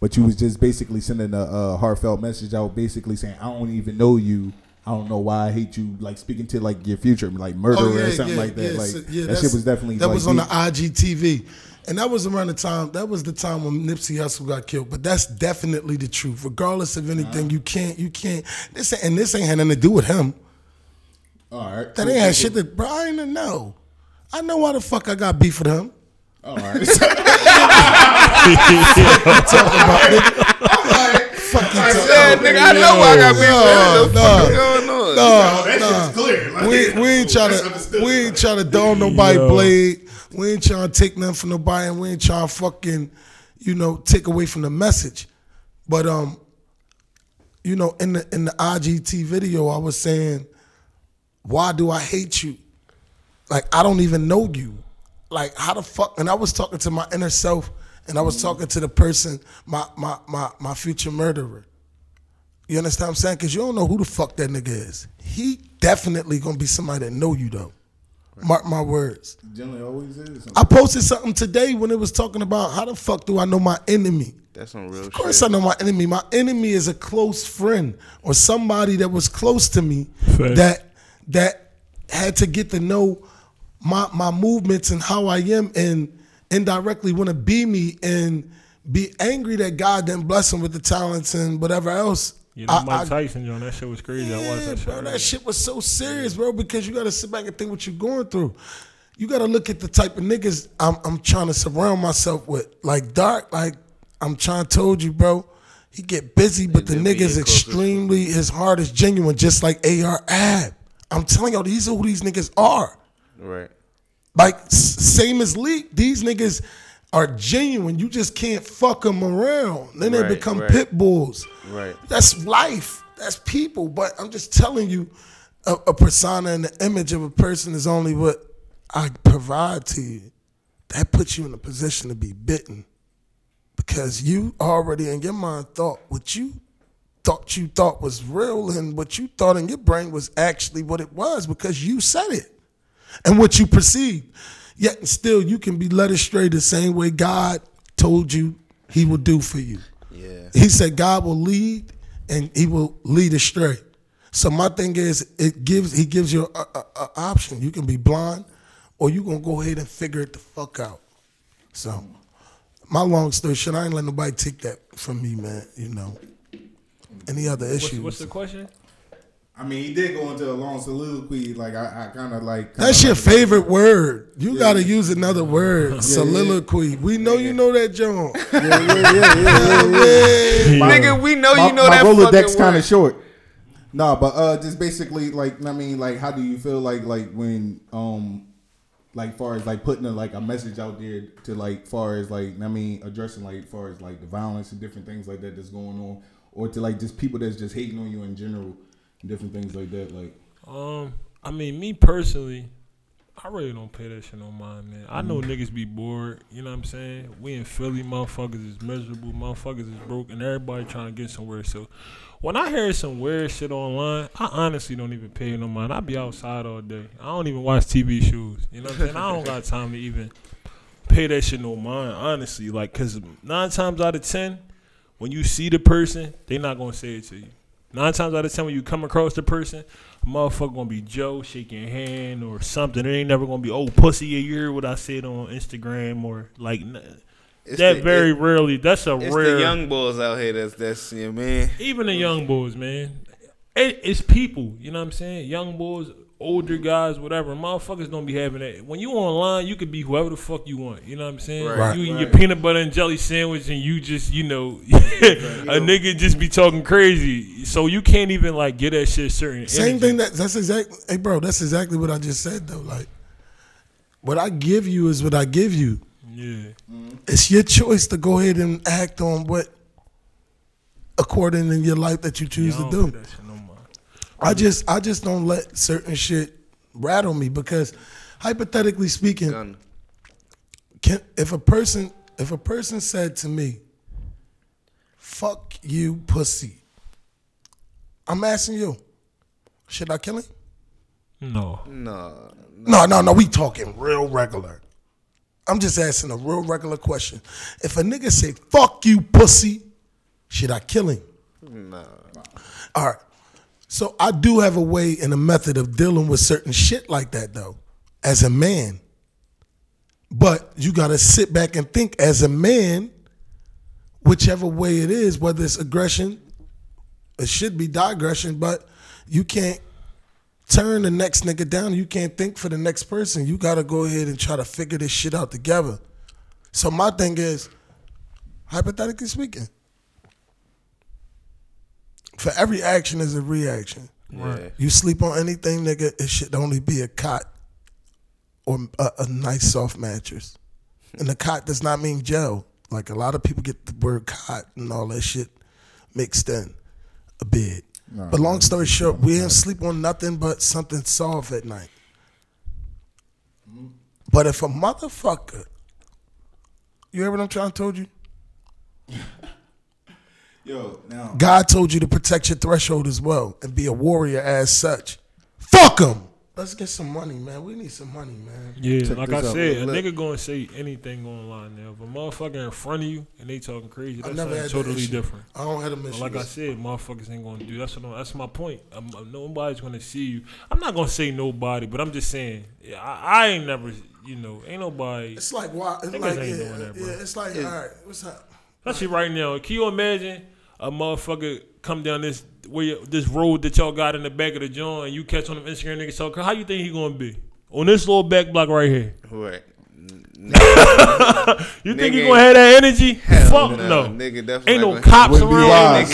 [SPEAKER 12] But you was just basically sending a, a heartfelt message out, basically saying, "I don't even know you. I don't know why I hate you." Like speaking to like your future, like murderer
[SPEAKER 8] Oh, yeah,
[SPEAKER 12] or something
[SPEAKER 8] yeah,
[SPEAKER 12] like that.
[SPEAKER 8] yeah,
[SPEAKER 12] like
[SPEAKER 8] so- yeah,
[SPEAKER 12] that shit
[SPEAKER 8] that's-
[SPEAKER 12] was definitely
[SPEAKER 8] that
[SPEAKER 12] like,
[SPEAKER 8] was on the
[SPEAKER 12] deep.
[SPEAKER 8] IGTV, and that was around the time that was the time when Nipsey Hussle got killed. But that's definitely the truth. Regardless of anything, you can't you can't this ain't- and this ain't had nothing to do with him.
[SPEAKER 12] All right,
[SPEAKER 8] That ain't had shit to bro. I ain't know. I know why the fuck I got beef with him.
[SPEAKER 12] All
[SPEAKER 8] <laughs>
[SPEAKER 12] right.
[SPEAKER 8] Fuck you
[SPEAKER 18] I
[SPEAKER 8] talking
[SPEAKER 18] said,
[SPEAKER 8] about.
[SPEAKER 18] nigga, I know why I got beef with him. What the fuck is
[SPEAKER 8] No,
[SPEAKER 18] going on?
[SPEAKER 8] no,
[SPEAKER 18] No, that
[SPEAKER 8] no.
[SPEAKER 18] shit's clear. Like,
[SPEAKER 8] we, we
[SPEAKER 18] <laughs>
[SPEAKER 8] ain't trying to we ain't trying to down nobody
[SPEAKER 20] Yo.
[SPEAKER 8] blade. We ain't trying to take nothing from nobody, and we ain't trying to fucking you know take away from the message. But um, you know, in the in the IGT video, I was saying, why do I hate you? Like I don't even know you. Like how the fuck? And I was talking to my inner self, and I was talking to the person, my my my my future murderer. You understand what I'm saying? Because you don't know who the fuck that nigga is. He definitely gonna be somebody that know you though. Mark my words.
[SPEAKER 12] Generally, always is.
[SPEAKER 8] I posted something today when it was talking about how the fuck do I know my enemy?
[SPEAKER 11] That's some real
[SPEAKER 8] Of course, I know my enemy. My enemy is a close friend or somebody that was close to me
[SPEAKER 20] Facts.
[SPEAKER 8] that that had to get to know my my movements and how I am, and indirectly want to be me and be angry that God didn't bless him with the talents and whatever else.
[SPEAKER 17] Yeah, that
[SPEAKER 8] I-
[SPEAKER 17] Mike
[SPEAKER 8] I-
[SPEAKER 17] Tyson, John. That shit was crazy. I watched that shit.
[SPEAKER 8] bro, that shit was so serious, bro, because you gotta sit back and think what you're going through. You gotta look at the type of niggas I'm I'm trying to surround myself with. Like Dark, like I'm trying to told you, bro. He get busy, but the nigga's extremely his heart is genuine, just like AR Ab. I'm telling y'all, these are who these niggas are.
[SPEAKER 11] Right.
[SPEAKER 8] Like s- same as Leak, these niggas are genuine. You just can't fuck them around. Then
[SPEAKER 11] Right,
[SPEAKER 8] they become
[SPEAKER 11] right.
[SPEAKER 8] pit bulls.
[SPEAKER 11] Right.
[SPEAKER 8] That's life. That's people. But I'm just telling you, a, a persona and the image of a person is only what I provide to you. That puts you in a position to be bitten because you already in your mind thought what you thought you thought was real and what you thought in your brain was actually what it was because you said it and what you perceived. Yet and still, you can be led astray the same way God told you He will do for you.
[SPEAKER 11] Yeah.
[SPEAKER 8] He said God will lead and He will lead astray. So my thing is, it gives He gives you a, a, a option. You can be blind, or you gonna go ahead and figure it the fuck out. So my long story short, I ain't let nobody take that from me, man. You know. Any other
[SPEAKER 17] What's,
[SPEAKER 8] issues?
[SPEAKER 17] what's the question?
[SPEAKER 12] I mean, he did go into a long soliloquy. Like I, I kind of like kinda
[SPEAKER 8] That's your
[SPEAKER 12] like-
[SPEAKER 8] favorite word. You gotta use another word.
[SPEAKER 12] yeah.
[SPEAKER 8] Soliloquy. We know you know that,
[SPEAKER 12] <laughs>
[SPEAKER 8] John. <laughs>
[SPEAKER 18] Nigga, we know you know
[SPEAKER 12] my
[SPEAKER 18] that
[SPEAKER 12] Rolodex
[SPEAKER 18] fucking
[SPEAKER 12] kind
[SPEAKER 18] word.
[SPEAKER 12] of short. No, but uh, just basically like I mean, like how do you feel like like when um, like far as like putting a, like a message out there to like far as like I mean addressing like far as like the violence and different things like that that's going on, or to like just people that's just hating on you in general, and different things like that. Like
[SPEAKER 17] Um, I mean, me personally, I really don't pay that shit on mine, man. I know niggas be bored. You know what I'm saying? We in Philly, motherfuckers is miserable, motherfuckers is broke, and everybody trying to get somewhere. So when I hear some weird shit online, I honestly don't even pay no mind. I be outside all day. I don't even watch TV shows. You know what I'm saying? I don't got time to even pay that shit no mind, honestly. Like, cause nine times out of ten, when you see the person, they not gonna say it to you. Nine times out of ten, when you come across the person, a motherfucker gonna be Joe shaking hand or something. It ain't never gonna be oh pussy. You hear what I said on Instagram or like n-
[SPEAKER 11] It's
[SPEAKER 17] that.
[SPEAKER 11] the-
[SPEAKER 17] very
[SPEAKER 11] it-
[SPEAKER 17] rarely, that's a
[SPEAKER 11] it's
[SPEAKER 17] rare.
[SPEAKER 11] the young boys out here that's that's yeah, man.
[SPEAKER 17] Even the young boys, man. It, it's people, you know what I'm saying? Young boys, older guys, whatever. Motherfuckers don't be having that. When you online, you could be whoever the fuck you want. You know what I'm saying?
[SPEAKER 10] Right.
[SPEAKER 17] You eating your
[SPEAKER 10] Right.
[SPEAKER 17] peanut butter and jelly sandwich, and you just, you know, <laughs> a nigga just be talking crazy. So you can't even like get that shit certain.
[SPEAKER 8] Same
[SPEAKER 17] energy.
[SPEAKER 8] thing that that's exactly hey bro, that's exactly what I just said though. Like what I give you is what I give you.
[SPEAKER 17] Yeah.
[SPEAKER 8] It's your choice to go ahead and act on what according in your life that you choose to do. I just I just don't let certain shit rattle me because hypothetically speaking, can if a person if a person said to me, "Fuck you, pussy," I'm asking you, should I kill him?
[SPEAKER 17] No.
[SPEAKER 11] No.
[SPEAKER 8] No, no, no. We talking real regular. I'm just asking a real regular question. If a nigga say "fuck you, pussy," should I kill him?
[SPEAKER 11] No.
[SPEAKER 8] All right. So I do have a way and a method of dealing with certain shit like that though, as a man. But you gotta sit back and think as a man, whichever way it is, whether it's aggression, it should be digression, but you can't turn the next nigga down. You can't think for the next person. You gotta go ahead and try to figure this shit out together. So my thing is, hypothetically speaking, for every action is a reaction.
[SPEAKER 11] Right.
[SPEAKER 8] You sleep on anything, nigga, it should only be a cot or a, a nice soft mattress. And the cot does not mean gel. Like a lot of people get the word cot and all that shit mixed in a bed.
[SPEAKER 12] Nah,
[SPEAKER 8] but long story short, we don't sleep on nothing but something soft at night. But if a motherfucker, you hear what I'm trying to told you?
[SPEAKER 12] Yo, now
[SPEAKER 8] God told you to protect your threshold as well and be a warrior as such. Fuck him. Let's get some money, man. We need some money, man.
[SPEAKER 17] Yeah, like I said, a nigga gonna say anything online now. If a motherfucker in front of you and they talking crazy,
[SPEAKER 8] I
[SPEAKER 17] that's
[SPEAKER 8] never
[SPEAKER 17] something
[SPEAKER 8] had that
[SPEAKER 17] totally
[SPEAKER 8] issue.
[SPEAKER 17] different.
[SPEAKER 8] I don't have them
[SPEAKER 17] But Like I
[SPEAKER 8] issues.
[SPEAKER 17] said, motherfuckers ain't gonna do. That's what. I'm, that's my point. I'm, I'm- nobody's gonna see you. I'm not gonna say nobody, but I'm just saying. Yeah, I, I ain't never. You know, ain't nobody.
[SPEAKER 8] It's like why? It's
[SPEAKER 17] Niggas
[SPEAKER 8] like yeah,
[SPEAKER 17] ain't doing that, bro.
[SPEAKER 8] yeah, it's like all right, what's up?
[SPEAKER 17] Especially right now. Can you imagine a motherfucker come down this where you- this road that y'all got in the back of the joint and you catch on them Instagram niggas talk? How you think he gonna be on this little back block right here?
[SPEAKER 11] Right.
[SPEAKER 17] You think
[SPEAKER 11] Nigga
[SPEAKER 17] he gonna have that energy?
[SPEAKER 11] Hell
[SPEAKER 17] Fuck
[SPEAKER 11] no,
[SPEAKER 17] no.
[SPEAKER 11] nigga, that's
[SPEAKER 17] ain't
[SPEAKER 11] not
[SPEAKER 17] no
[SPEAKER 11] gonna-
[SPEAKER 17] cops
[SPEAKER 11] Wouldn't be
[SPEAKER 17] around,
[SPEAKER 11] wise.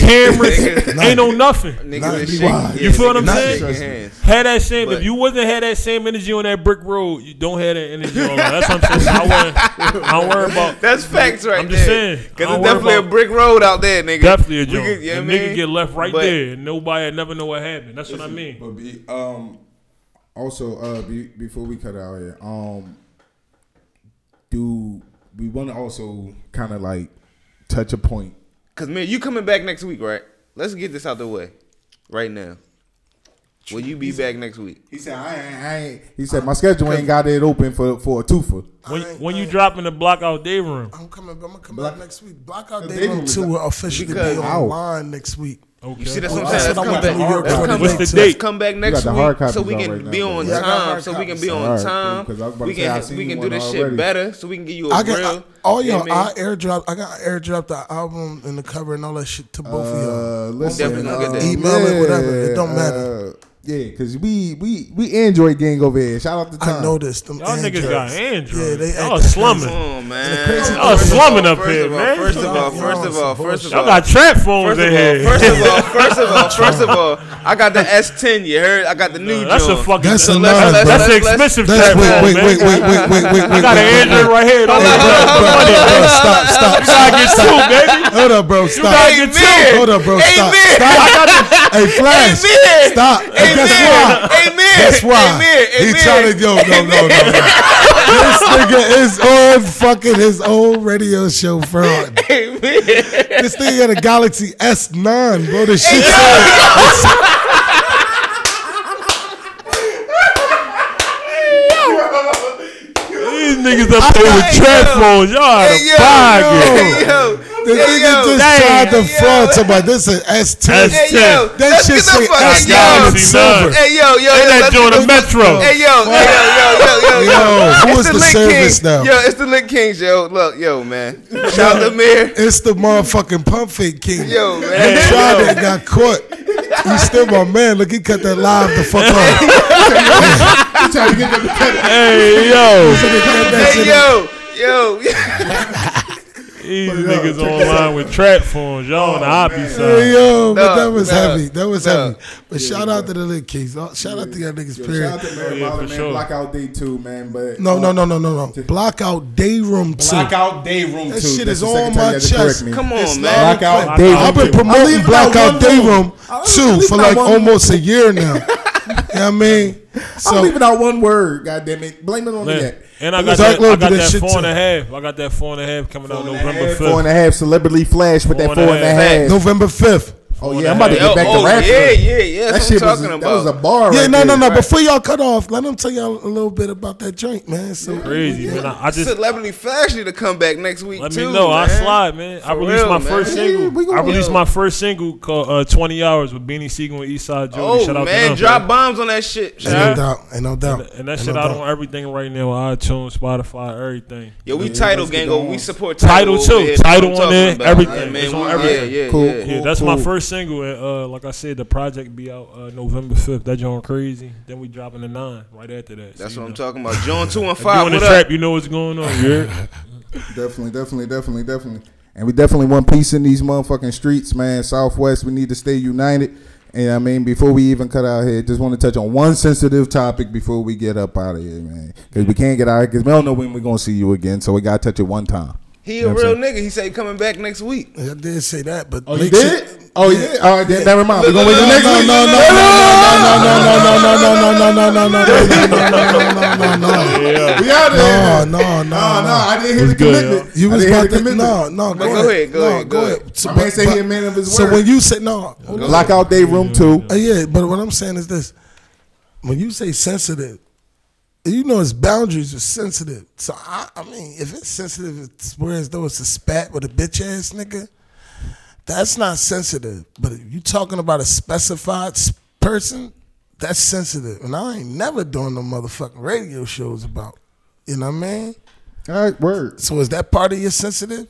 [SPEAKER 12] <laughs>
[SPEAKER 17] cameras,
[SPEAKER 11] Nigga.
[SPEAKER 17] ain't no nothing.
[SPEAKER 11] Nigga Not would be shake- wise.
[SPEAKER 17] you
[SPEAKER 11] yeah,
[SPEAKER 17] feel what
[SPEAKER 11] nigga,
[SPEAKER 17] I'm
[SPEAKER 11] not
[SPEAKER 17] saying?
[SPEAKER 11] shaking hands.
[SPEAKER 17] Had that same.
[SPEAKER 11] But-
[SPEAKER 17] if you wasn't had that same energy on that brick road, you don't have that energy on. That's what I'm saying. I, wouldn't- I don't worry
[SPEAKER 11] <laughs>
[SPEAKER 17] about.
[SPEAKER 11] That's facts right
[SPEAKER 17] I'm just
[SPEAKER 11] there.
[SPEAKER 17] saying. I
[SPEAKER 11] Because
[SPEAKER 17] don't
[SPEAKER 11] it's
[SPEAKER 17] worry
[SPEAKER 11] definitely a
[SPEAKER 17] about-
[SPEAKER 11] brick road out there, nigga.
[SPEAKER 17] Definitely a
[SPEAKER 11] We
[SPEAKER 17] joint.
[SPEAKER 11] could- you know
[SPEAKER 17] A
[SPEAKER 11] what I mean?
[SPEAKER 17] nigga get left right
[SPEAKER 11] But-
[SPEAKER 17] there, and nobody never know what happened. That's what I
[SPEAKER 12] Listen,
[SPEAKER 17] mean.
[SPEAKER 12] But be, um, also, uh, be, before we cut out here, um, do we want to also kind of like touch a point?
[SPEAKER 11] Cause man, you coming back next week, right? Let's get this out the way, right now. Will you be back next week?
[SPEAKER 12] He said, "I ain't." I ain't He said, "My schedule ain't got it open for for a twofer." Uh,
[SPEAKER 17] When, when you dropping the block out day room,
[SPEAKER 8] I'm coming. I'm gonna come back next week. Blackout
[SPEAKER 12] They
[SPEAKER 8] Day Room
[SPEAKER 12] don't-
[SPEAKER 8] Two will officially be
[SPEAKER 12] Because- Ow.
[SPEAKER 8] online next week.
[SPEAKER 17] Okay.
[SPEAKER 11] You see, that's
[SPEAKER 8] Oh,
[SPEAKER 11] what I'm saying.
[SPEAKER 8] I
[SPEAKER 11] Let's come
[SPEAKER 8] went to
[SPEAKER 11] back.
[SPEAKER 8] New York
[SPEAKER 11] Let's
[SPEAKER 8] for
[SPEAKER 11] come,
[SPEAKER 8] the
[SPEAKER 11] let's
[SPEAKER 8] day.
[SPEAKER 11] come back
[SPEAKER 12] You got
[SPEAKER 11] next
[SPEAKER 12] the hard
[SPEAKER 11] week so
[SPEAKER 12] copies
[SPEAKER 11] we
[SPEAKER 12] out
[SPEAKER 11] can
[SPEAKER 12] right
[SPEAKER 11] be
[SPEAKER 12] now,
[SPEAKER 11] on
[SPEAKER 12] bro. Yeah, I got
[SPEAKER 11] time.
[SPEAKER 12] hard
[SPEAKER 11] So we can
[SPEAKER 12] copies.
[SPEAKER 11] be on
[SPEAKER 12] Alright,
[SPEAKER 11] time.
[SPEAKER 12] because I was about
[SPEAKER 11] We
[SPEAKER 12] to say, I
[SPEAKER 11] can
[SPEAKER 12] seen
[SPEAKER 11] we can
[SPEAKER 12] one
[SPEAKER 11] do this shit
[SPEAKER 12] already.
[SPEAKER 11] better. So we can give you a
[SPEAKER 8] I got
[SPEAKER 11] real.
[SPEAKER 8] all
[SPEAKER 11] you know
[SPEAKER 8] y'all.
[SPEAKER 11] what I mean?
[SPEAKER 8] I airdrop. I got airdrop the album and the cover and all that shit to both of y'all.
[SPEAKER 12] listen,
[SPEAKER 8] Whatever,
[SPEAKER 12] uh,
[SPEAKER 8] email it, whatever. It
[SPEAKER 12] yeah,
[SPEAKER 8] don't matter.
[SPEAKER 12] Uh, yeah, cause we we we Android gang over here. Shout out to Tom.
[SPEAKER 8] I noticed them.
[SPEAKER 17] Y'all niggas got
[SPEAKER 8] Yeah,
[SPEAKER 17] Android.
[SPEAKER 8] they
[SPEAKER 17] Y'all slumming.
[SPEAKER 11] Come on, man.
[SPEAKER 17] Y'all
[SPEAKER 11] First of
[SPEAKER 17] slumming
[SPEAKER 11] all,
[SPEAKER 17] up
[SPEAKER 11] first
[SPEAKER 17] here,
[SPEAKER 11] of all,
[SPEAKER 17] man.
[SPEAKER 11] First of all, first of all, first of all,
[SPEAKER 17] Y'all got trap phones
[SPEAKER 11] first of
[SPEAKER 17] in
[SPEAKER 11] all,
[SPEAKER 17] here.
[SPEAKER 11] First of all, first of all, first of all, I got the S10. You heard? I got the new.
[SPEAKER 17] <laughs> That's a
[SPEAKER 11] joint.
[SPEAKER 17] fucking.
[SPEAKER 11] Let's-
[SPEAKER 17] That's, a
[SPEAKER 11] let's- let's-
[SPEAKER 17] that's an
[SPEAKER 11] let's- let's-
[SPEAKER 17] expensive
[SPEAKER 11] let's-
[SPEAKER 17] trap phone, man. <laughs> I got an Android right here. Don't let <laughs>
[SPEAKER 8] Stop, stop,
[SPEAKER 17] You gotta get two,
[SPEAKER 8] stop.
[SPEAKER 17] baby.
[SPEAKER 8] Hold up, bro. Stop.
[SPEAKER 17] gotta get two.
[SPEAKER 8] Hold up, bro. Stop. Stop. Hey, Flash,
[SPEAKER 18] Amen.
[SPEAKER 8] stop. And guess why?
[SPEAKER 18] Amen. <laughs>
[SPEAKER 8] That's why.
[SPEAKER 18] Amen.
[SPEAKER 8] He
[SPEAKER 18] Amen.
[SPEAKER 8] trying to, yo, no, no, no, no.
[SPEAKER 18] <laughs>
[SPEAKER 8] this nigga is on fucking his own radio show fraud. This thing got a Galaxy S9, bro. This shit.
[SPEAKER 17] These niggas up there with trap phones. Y'all out of pocket.
[SPEAKER 8] The nigga just tried to fraud somebody. This is S10.
[SPEAKER 18] Hey, yo,
[SPEAKER 8] that
[SPEAKER 18] let's
[SPEAKER 8] shit
[SPEAKER 18] get the
[SPEAKER 8] say
[SPEAKER 18] fuck out of
[SPEAKER 8] S9 and
[SPEAKER 18] here.
[SPEAKER 8] silver.
[SPEAKER 18] Hey, yo, yo, yo, let's get the fuck- Hey, yo, yo, yo, yo, yo, yo.
[SPEAKER 8] Yo, who
[SPEAKER 18] It's
[SPEAKER 8] is the
[SPEAKER 18] Lick
[SPEAKER 8] service
[SPEAKER 18] Kings.
[SPEAKER 8] now?
[SPEAKER 18] Yo, it's the Lick Kings, yo. Look, yo, man. Shout out to Mir.
[SPEAKER 8] It's the motherfucking pump fake king.
[SPEAKER 18] Yo, man.
[SPEAKER 8] He tried
[SPEAKER 18] Yo.
[SPEAKER 8] it and got caught. He's still my man. Look, he cut that live the fuck off.
[SPEAKER 17] Hey, yo.
[SPEAKER 18] Hey, yo, yo. <laughs>
[SPEAKER 17] These niggas online with trap phones. Y'all on the hobby side.
[SPEAKER 8] Hey, yo, but
[SPEAKER 17] No,
[SPEAKER 8] that was
[SPEAKER 17] no,
[SPEAKER 8] heavy. That was
[SPEAKER 17] no.
[SPEAKER 8] heavy. But shout out to the Lit Kings. Oh, Shout out to y'all niggas,
[SPEAKER 12] Yo,
[SPEAKER 8] period.
[SPEAKER 12] shout out to Mary Molly, man. Blackout Day 2, man. But
[SPEAKER 8] No,
[SPEAKER 12] uh,
[SPEAKER 8] no, no, no, no, no. Blackout Day Room 2.
[SPEAKER 12] Blackout Day Room
[SPEAKER 8] That
[SPEAKER 12] 2.
[SPEAKER 8] shit
[SPEAKER 12] That's
[SPEAKER 8] is
[SPEAKER 12] the
[SPEAKER 8] on
[SPEAKER 12] second
[SPEAKER 8] my
[SPEAKER 12] time you had to correct
[SPEAKER 8] chest.
[SPEAKER 12] me.
[SPEAKER 8] Come
[SPEAKER 12] It's
[SPEAKER 8] on,
[SPEAKER 12] not
[SPEAKER 8] man.
[SPEAKER 12] Blackout Day Room
[SPEAKER 17] <laughs>
[SPEAKER 8] I've been
[SPEAKER 12] 2. I'm
[SPEAKER 8] promoting
[SPEAKER 12] leaving out
[SPEAKER 8] Blackout
[SPEAKER 12] one
[SPEAKER 8] Day
[SPEAKER 12] room.
[SPEAKER 8] Room 2 for
[SPEAKER 12] leaving out
[SPEAKER 8] like
[SPEAKER 12] one
[SPEAKER 8] almost a
[SPEAKER 12] <laughs>
[SPEAKER 8] year now. You know what I mean?
[SPEAKER 12] I'm leaving out one word, God damn it. Blame it on
[SPEAKER 17] Man,
[SPEAKER 12] the app.
[SPEAKER 17] And I got
[SPEAKER 12] Dark
[SPEAKER 17] that, I
[SPEAKER 12] Lord
[SPEAKER 17] got
[SPEAKER 12] do
[SPEAKER 17] that
[SPEAKER 12] shit
[SPEAKER 17] four and
[SPEAKER 12] too.
[SPEAKER 17] a half. I got that four and a half coming out November fifth.
[SPEAKER 12] Four and a half celebrity flash with that
[SPEAKER 17] Four
[SPEAKER 12] four and a half.
[SPEAKER 8] November 5th.
[SPEAKER 12] Oh, yeah, I'm about to get back to rap. That shit was, That was a bar
[SPEAKER 8] Yeah,
[SPEAKER 12] right
[SPEAKER 8] no, no,
[SPEAKER 12] there.
[SPEAKER 8] no. Before y'all cut off, let them tell y'all a little bit about that drink, man. So
[SPEAKER 17] Crazy, man. I, I just
[SPEAKER 18] Celebrity Flash need to come back next week
[SPEAKER 17] let
[SPEAKER 18] too,
[SPEAKER 17] me know. I
[SPEAKER 18] man.
[SPEAKER 17] slide, man. I
[SPEAKER 18] For
[SPEAKER 17] released
[SPEAKER 18] real,
[SPEAKER 17] my
[SPEAKER 18] man.
[SPEAKER 17] first single. I released my first single called uh, Twenty Hours with Beanie Siegel and Eastside Jody. Shout
[SPEAKER 18] Oh
[SPEAKER 17] out to
[SPEAKER 18] man,
[SPEAKER 17] them.
[SPEAKER 18] drop bombs on that shit.
[SPEAKER 17] Ain't no
[SPEAKER 18] Shout out.
[SPEAKER 17] doubt.
[SPEAKER 8] Ain't no doubt.
[SPEAKER 17] And, and that
[SPEAKER 8] Ain't
[SPEAKER 17] shit
[SPEAKER 8] no
[SPEAKER 17] out
[SPEAKER 8] doubt.
[SPEAKER 17] on everything right now. iTunes, Spotify, everything.
[SPEAKER 18] Yo, we title gang. Oh, we support
[SPEAKER 17] Title
[SPEAKER 18] over
[SPEAKER 17] too.
[SPEAKER 18] here.
[SPEAKER 17] Title
[SPEAKER 18] That's what
[SPEAKER 17] on
[SPEAKER 18] I'm
[SPEAKER 17] there.
[SPEAKER 18] talking about.
[SPEAKER 17] Everything.
[SPEAKER 18] Yeah, man,
[SPEAKER 17] it's on
[SPEAKER 18] we-
[SPEAKER 17] everything.
[SPEAKER 18] Yeah, yeah, yeah.
[SPEAKER 17] yeah, that's my first single, and uh, like I said, the project be out uh, November fifth. That joint crazy. Then we dropping the nine right after that.
[SPEAKER 18] That's
[SPEAKER 17] you
[SPEAKER 18] what I'm
[SPEAKER 17] know.
[SPEAKER 18] talking about. John two and
[SPEAKER 17] If you
[SPEAKER 18] five.
[SPEAKER 17] on the
[SPEAKER 18] What
[SPEAKER 17] trap,
[SPEAKER 18] up?
[SPEAKER 17] you know what's going on. Yeah.
[SPEAKER 12] Definitely, definitely, definitely, definitely. And we definitely want peace in these motherfucking streets, man. Southwest, we need to stay united. And I mean, before we even cut out here, just want to touch on one sensitive topic before we get up out of here, man. Because we can't get out because we don't know when we're gonna see you again. So we gotta touch it one time.
[SPEAKER 18] He
[SPEAKER 12] You know
[SPEAKER 18] a
[SPEAKER 12] what I'm
[SPEAKER 18] real nigga. He said he coming back next week.
[SPEAKER 8] I did say that, but
[SPEAKER 12] Oh, you did? Oh, yeah. All right, then, never mind. We're gonna wait till
[SPEAKER 8] No,
[SPEAKER 12] next
[SPEAKER 8] no,
[SPEAKER 12] week.
[SPEAKER 8] no, no, no, no, no, no, no, no, no, no, no, no, no, no, no, no, no, no, no, no, no.
[SPEAKER 12] We out of here.
[SPEAKER 8] No, no, no, no. I
[SPEAKER 12] didn't hear the commitment.
[SPEAKER 8] You
[SPEAKER 12] I
[SPEAKER 8] was
[SPEAKER 12] didn't hear
[SPEAKER 8] about
[SPEAKER 12] the
[SPEAKER 8] to no,
[SPEAKER 12] commitment.
[SPEAKER 8] no.
[SPEAKER 12] But
[SPEAKER 8] Go ahead, go ahead, go ahead.
[SPEAKER 12] My man said he a man of his
[SPEAKER 8] So
[SPEAKER 12] word.
[SPEAKER 8] when you say no, hold on.
[SPEAKER 12] Blackout Day Room Two.
[SPEAKER 8] Uh, yeah, but what I'm saying is this: when you say sensitive, you know its boundaries are sensitive. So I, I mean, if it's sensitive, it's whereas though it's a spat with a bitch ass nigga, that's not sensitive. But if you talking about a specified s- person, that's sensitive. And I ain't never doing no motherfucking radio shows about. You know what I mean?
[SPEAKER 12] All right, word.
[SPEAKER 8] So is that part of your sensitive?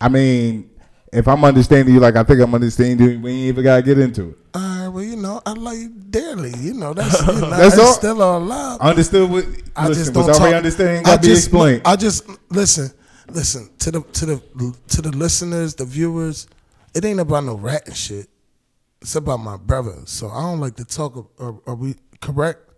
[SPEAKER 12] I mean, if I'm understanding you, like I think I'm understanding you, we ain't even gotta get into it.
[SPEAKER 8] All right, well, you know, I love you dearly. You know, that's, you
[SPEAKER 12] <laughs>
[SPEAKER 8] know,
[SPEAKER 12] That's
[SPEAKER 8] that's
[SPEAKER 12] all-
[SPEAKER 8] still all love.
[SPEAKER 12] Understood what-
[SPEAKER 8] I
[SPEAKER 12] listen,
[SPEAKER 8] just don't
[SPEAKER 12] what's already
[SPEAKER 8] talk-
[SPEAKER 12] understood ain't
[SPEAKER 8] I
[SPEAKER 12] gotta be
[SPEAKER 8] just-
[SPEAKER 12] explained.
[SPEAKER 8] I just listen, listen to the to the to the listeners, the viewers. It ain't about no rat and shit. It's about my brother. So I don't like to talk. ab- Are, are we correct?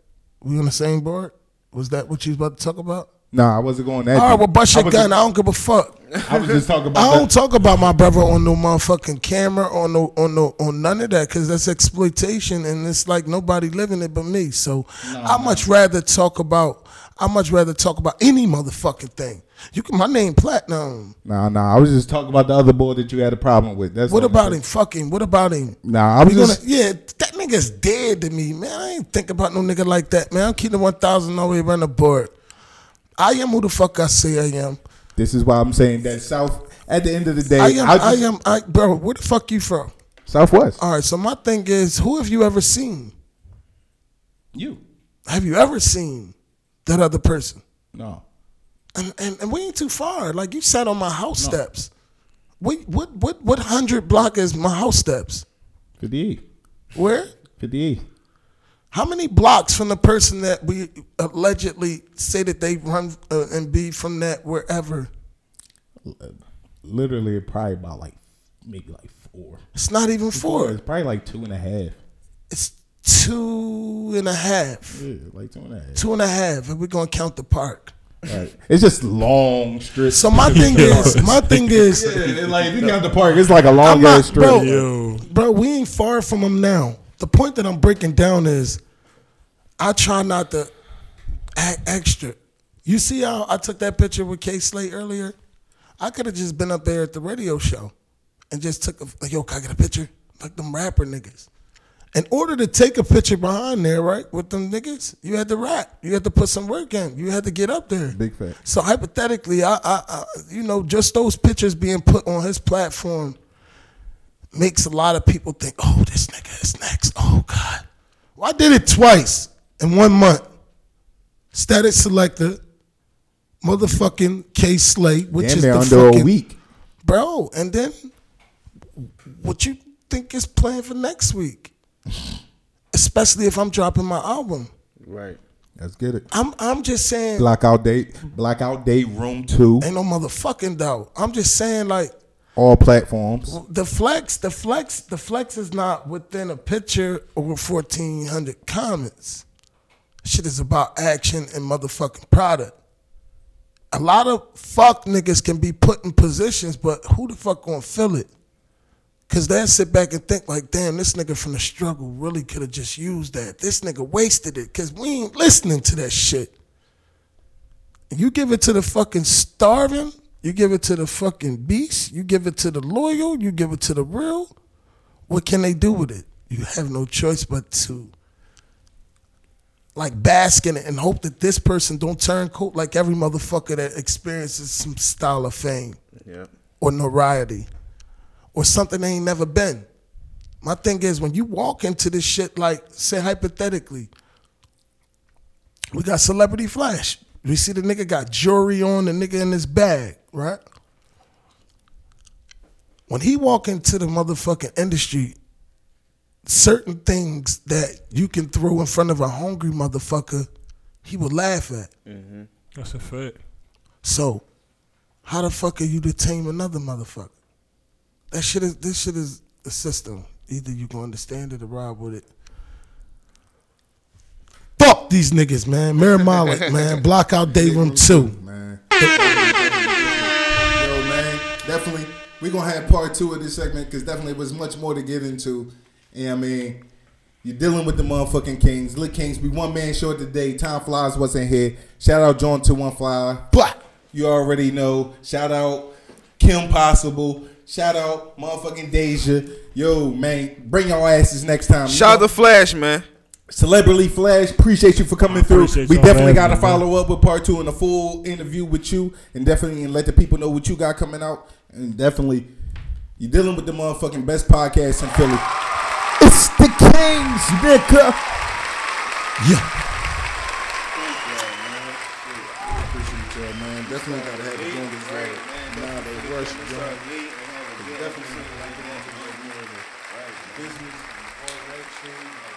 [SPEAKER 8] We on the same board? Was that what you was about to talk about?
[SPEAKER 12] Nah, I wasn't going that.
[SPEAKER 8] All right,
[SPEAKER 12] deep.
[SPEAKER 8] well, bust
[SPEAKER 12] I
[SPEAKER 8] your
[SPEAKER 12] was
[SPEAKER 8] gun.
[SPEAKER 12] just-
[SPEAKER 8] I don't give a fuck.
[SPEAKER 12] <laughs> I was just talking about
[SPEAKER 8] <laughs> I
[SPEAKER 12] that.
[SPEAKER 8] don't talk about my brother on no motherfucking camera, on no, on no, on none of that, because that's exploitation, and it's like nobody living it but me. So I much rather talk about, I much rather talk about any motherfucking thing. You can, my name platinum.
[SPEAKER 12] Nah, nah, I was just talking about the other boy that you had a problem with. That's
[SPEAKER 8] what
[SPEAKER 12] all.
[SPEAKER 8] about him? Fucking. What about him?
[SPEAKER 12] Nah, I
[SPEAKER 8] We
[SPEAKER 12] was just.
[SPEAKER 8] gonna, yeah, that nigga's dead to me, man. I ain't think about no nigga like that, man. I'm keeping one thousand all the way around the board. I am who the fuck I say I am.
[SPEAKER 12] This is why I'm saying that South. At the end of the day,
[SPEAKER 8] I am,
[SPEAKER 12] I'll
[SPEAKER 8] I, Uh,
[SPEAKER 12] just-
[SPEAKER 8] am, I, bro. Where the fuck you from?
[SPEAKER 12] Southwest.
[SPEAKER 8] All right. So my thing is, who have you ever seen?
[SPEAKER 12] You.
[SPEAKER 8] Have you ever seen that other person?
[SPEAKER 12] No.
[SPEAKER 8] And and, and we ain't too far. Like you sat on my house steps. What what what what hundred block is my house steps?
[SPEAKER 12] Fifty-eight.
[SPEAKER 8] Where?
[SPEAKER 12] Fifty-eight.
[SPEAKER 8] How many blocks from the person that we allegedly say that they run uh, and be from that wherever?
[SPEAKER 12] Literally, probably about like maybe like four.
[SPEAKER 8] It's not even four.
[SPEAKER 12] It's probably like two and a half.
[SPEAKER 8] It's two and a half.
[SPEAKER 12] Yeah, like two and a half.
[SPEAKER 8] Two and a half, and we're gonna count the park.
[SPEAKER 12] Like, it's just long strips.
[SPEAKER 8] So my thing is, my thing is,
[SPEAKER 12] yeah, and like if you get out the park, it's like a long ass strip.
[SPEAKER 8] bro, bro, we ain't far from him now. The point that I'm breaking down is, I try not to act extra. You see how I took that picture with K Slate earlier? I could have just been up there at the radio show and just took a like, yo, can I get a picture? Like them rapper niggas. In order to take a picture behind there, right, with them niggas, you had to rap. You had to put some work in. You had to get up there.
[SPEAKER 12] Big fact.
[SPEAKER 8] So hypothetically, I, I, I, you know, just those pictures being put on his platform makes a lot of people think, oh, this nigga is next. Oh God, well, I did it twice in one month. Static selector, motherfucking K Slate, which
[SPEAKER 12] Damn
[SPEAKER 8] is
[SPEAKER 12] near
[SPEAKER 8] the
[SPEAKER 12] under a
[SPEAKER 8] fucking
[SPEAKER 12] week.
[SPEAKER 8] bro. And then what you think is planned for next week, especially if I'm dropping my album.
[SPEAKER 12] Right. Let's get it.
[SPEAKER 8] I'm I'm just saying.
[SPEAKER 12] Blackout date. Blackout date. Room two.
[SPEAKER 8] Ain't no motherfucking doubt. I'm just saying, like
[SPEAKER 12] All platforms.
[SPEAKER 8] the flex, the flex, the flex is not within a picture over fourteen hundred comments. Shit is about action and motherfucking product. A lot of fuck niggas can be put in positions, but who the fuck gonna fill it? Cause they'll sit back and think like, damn, this nigga from the struggle really could have just used that. This nigga wasted it. Cause we ain't listening to that shit. You give it to the fucking starving. You give it to the fucking beast. You give it to the loyal. You give it to the real. What can they do with it? You have no choice but to like bask in it and hope that this person don't turn coat like every motherfucker that experiences some style of fame
[SPEAKER 21] Yeah.
[SPEAKER 8] or notoriety or something they ain't never been. My thing is when you walk into this shit, like say hypothetically, we got celebrity flash. We see the nigga got jewelry on, the nigga in his bag, right? When he walk into the motherfucking industry, certain things that you can throw in front of a hungry motherfucker, he would laugh at.
[SPEAKER 17] That's a fact.
[SPEAKER 8] So, how the fuck are you to tame another motherfucker? That shit is this shit is a system. Either you gonna understand it or ride with it. Fuck these niggas, man. Mary Malik, man. Blockout day room two.
[SPEAKER 12] Yo, man, definitely. We're gonna have part two of this segment because definitely was much more to get into. And I mean, you're dealing with the motherfucking Kings. Lit Kings, we one man short today. Tom Flies wasn't here. Shout out John Two One Fly.
[SPEAKER 8] Black.
[SPEAKER 12] You already know. Shout out Kim Possible. Shout out motherfucking Deja. Yo, man, bring your asses next time. You
[SPEAKER 11] Shout out
[SPEAKER 12] know-
[SPEAKER 11] to Flash, man.
[SPEAKER 12] Celebrity Flash, appreciate you for coming through.
[SPEAKER 11] appreciate
[SPEAKER 12] We
[SPEAKER 11] y'all
[SPEAKER 12] definitely
[SPEAKER 11] having
[SPEAKER 12] got to
[SPEAKER 11] me,
[SPEAKER 12] follow up with part two and a full interview with you, and definitely let the people know what you got coming out. And definitely, you're dealing with the motherfucking best podcast in Philly. It's the Kings, nigga. Yeah. Appreciate y'all, man. Definitely gotta have the youngest right. Nah, they rush, bro. Definitely. Business, all that shit.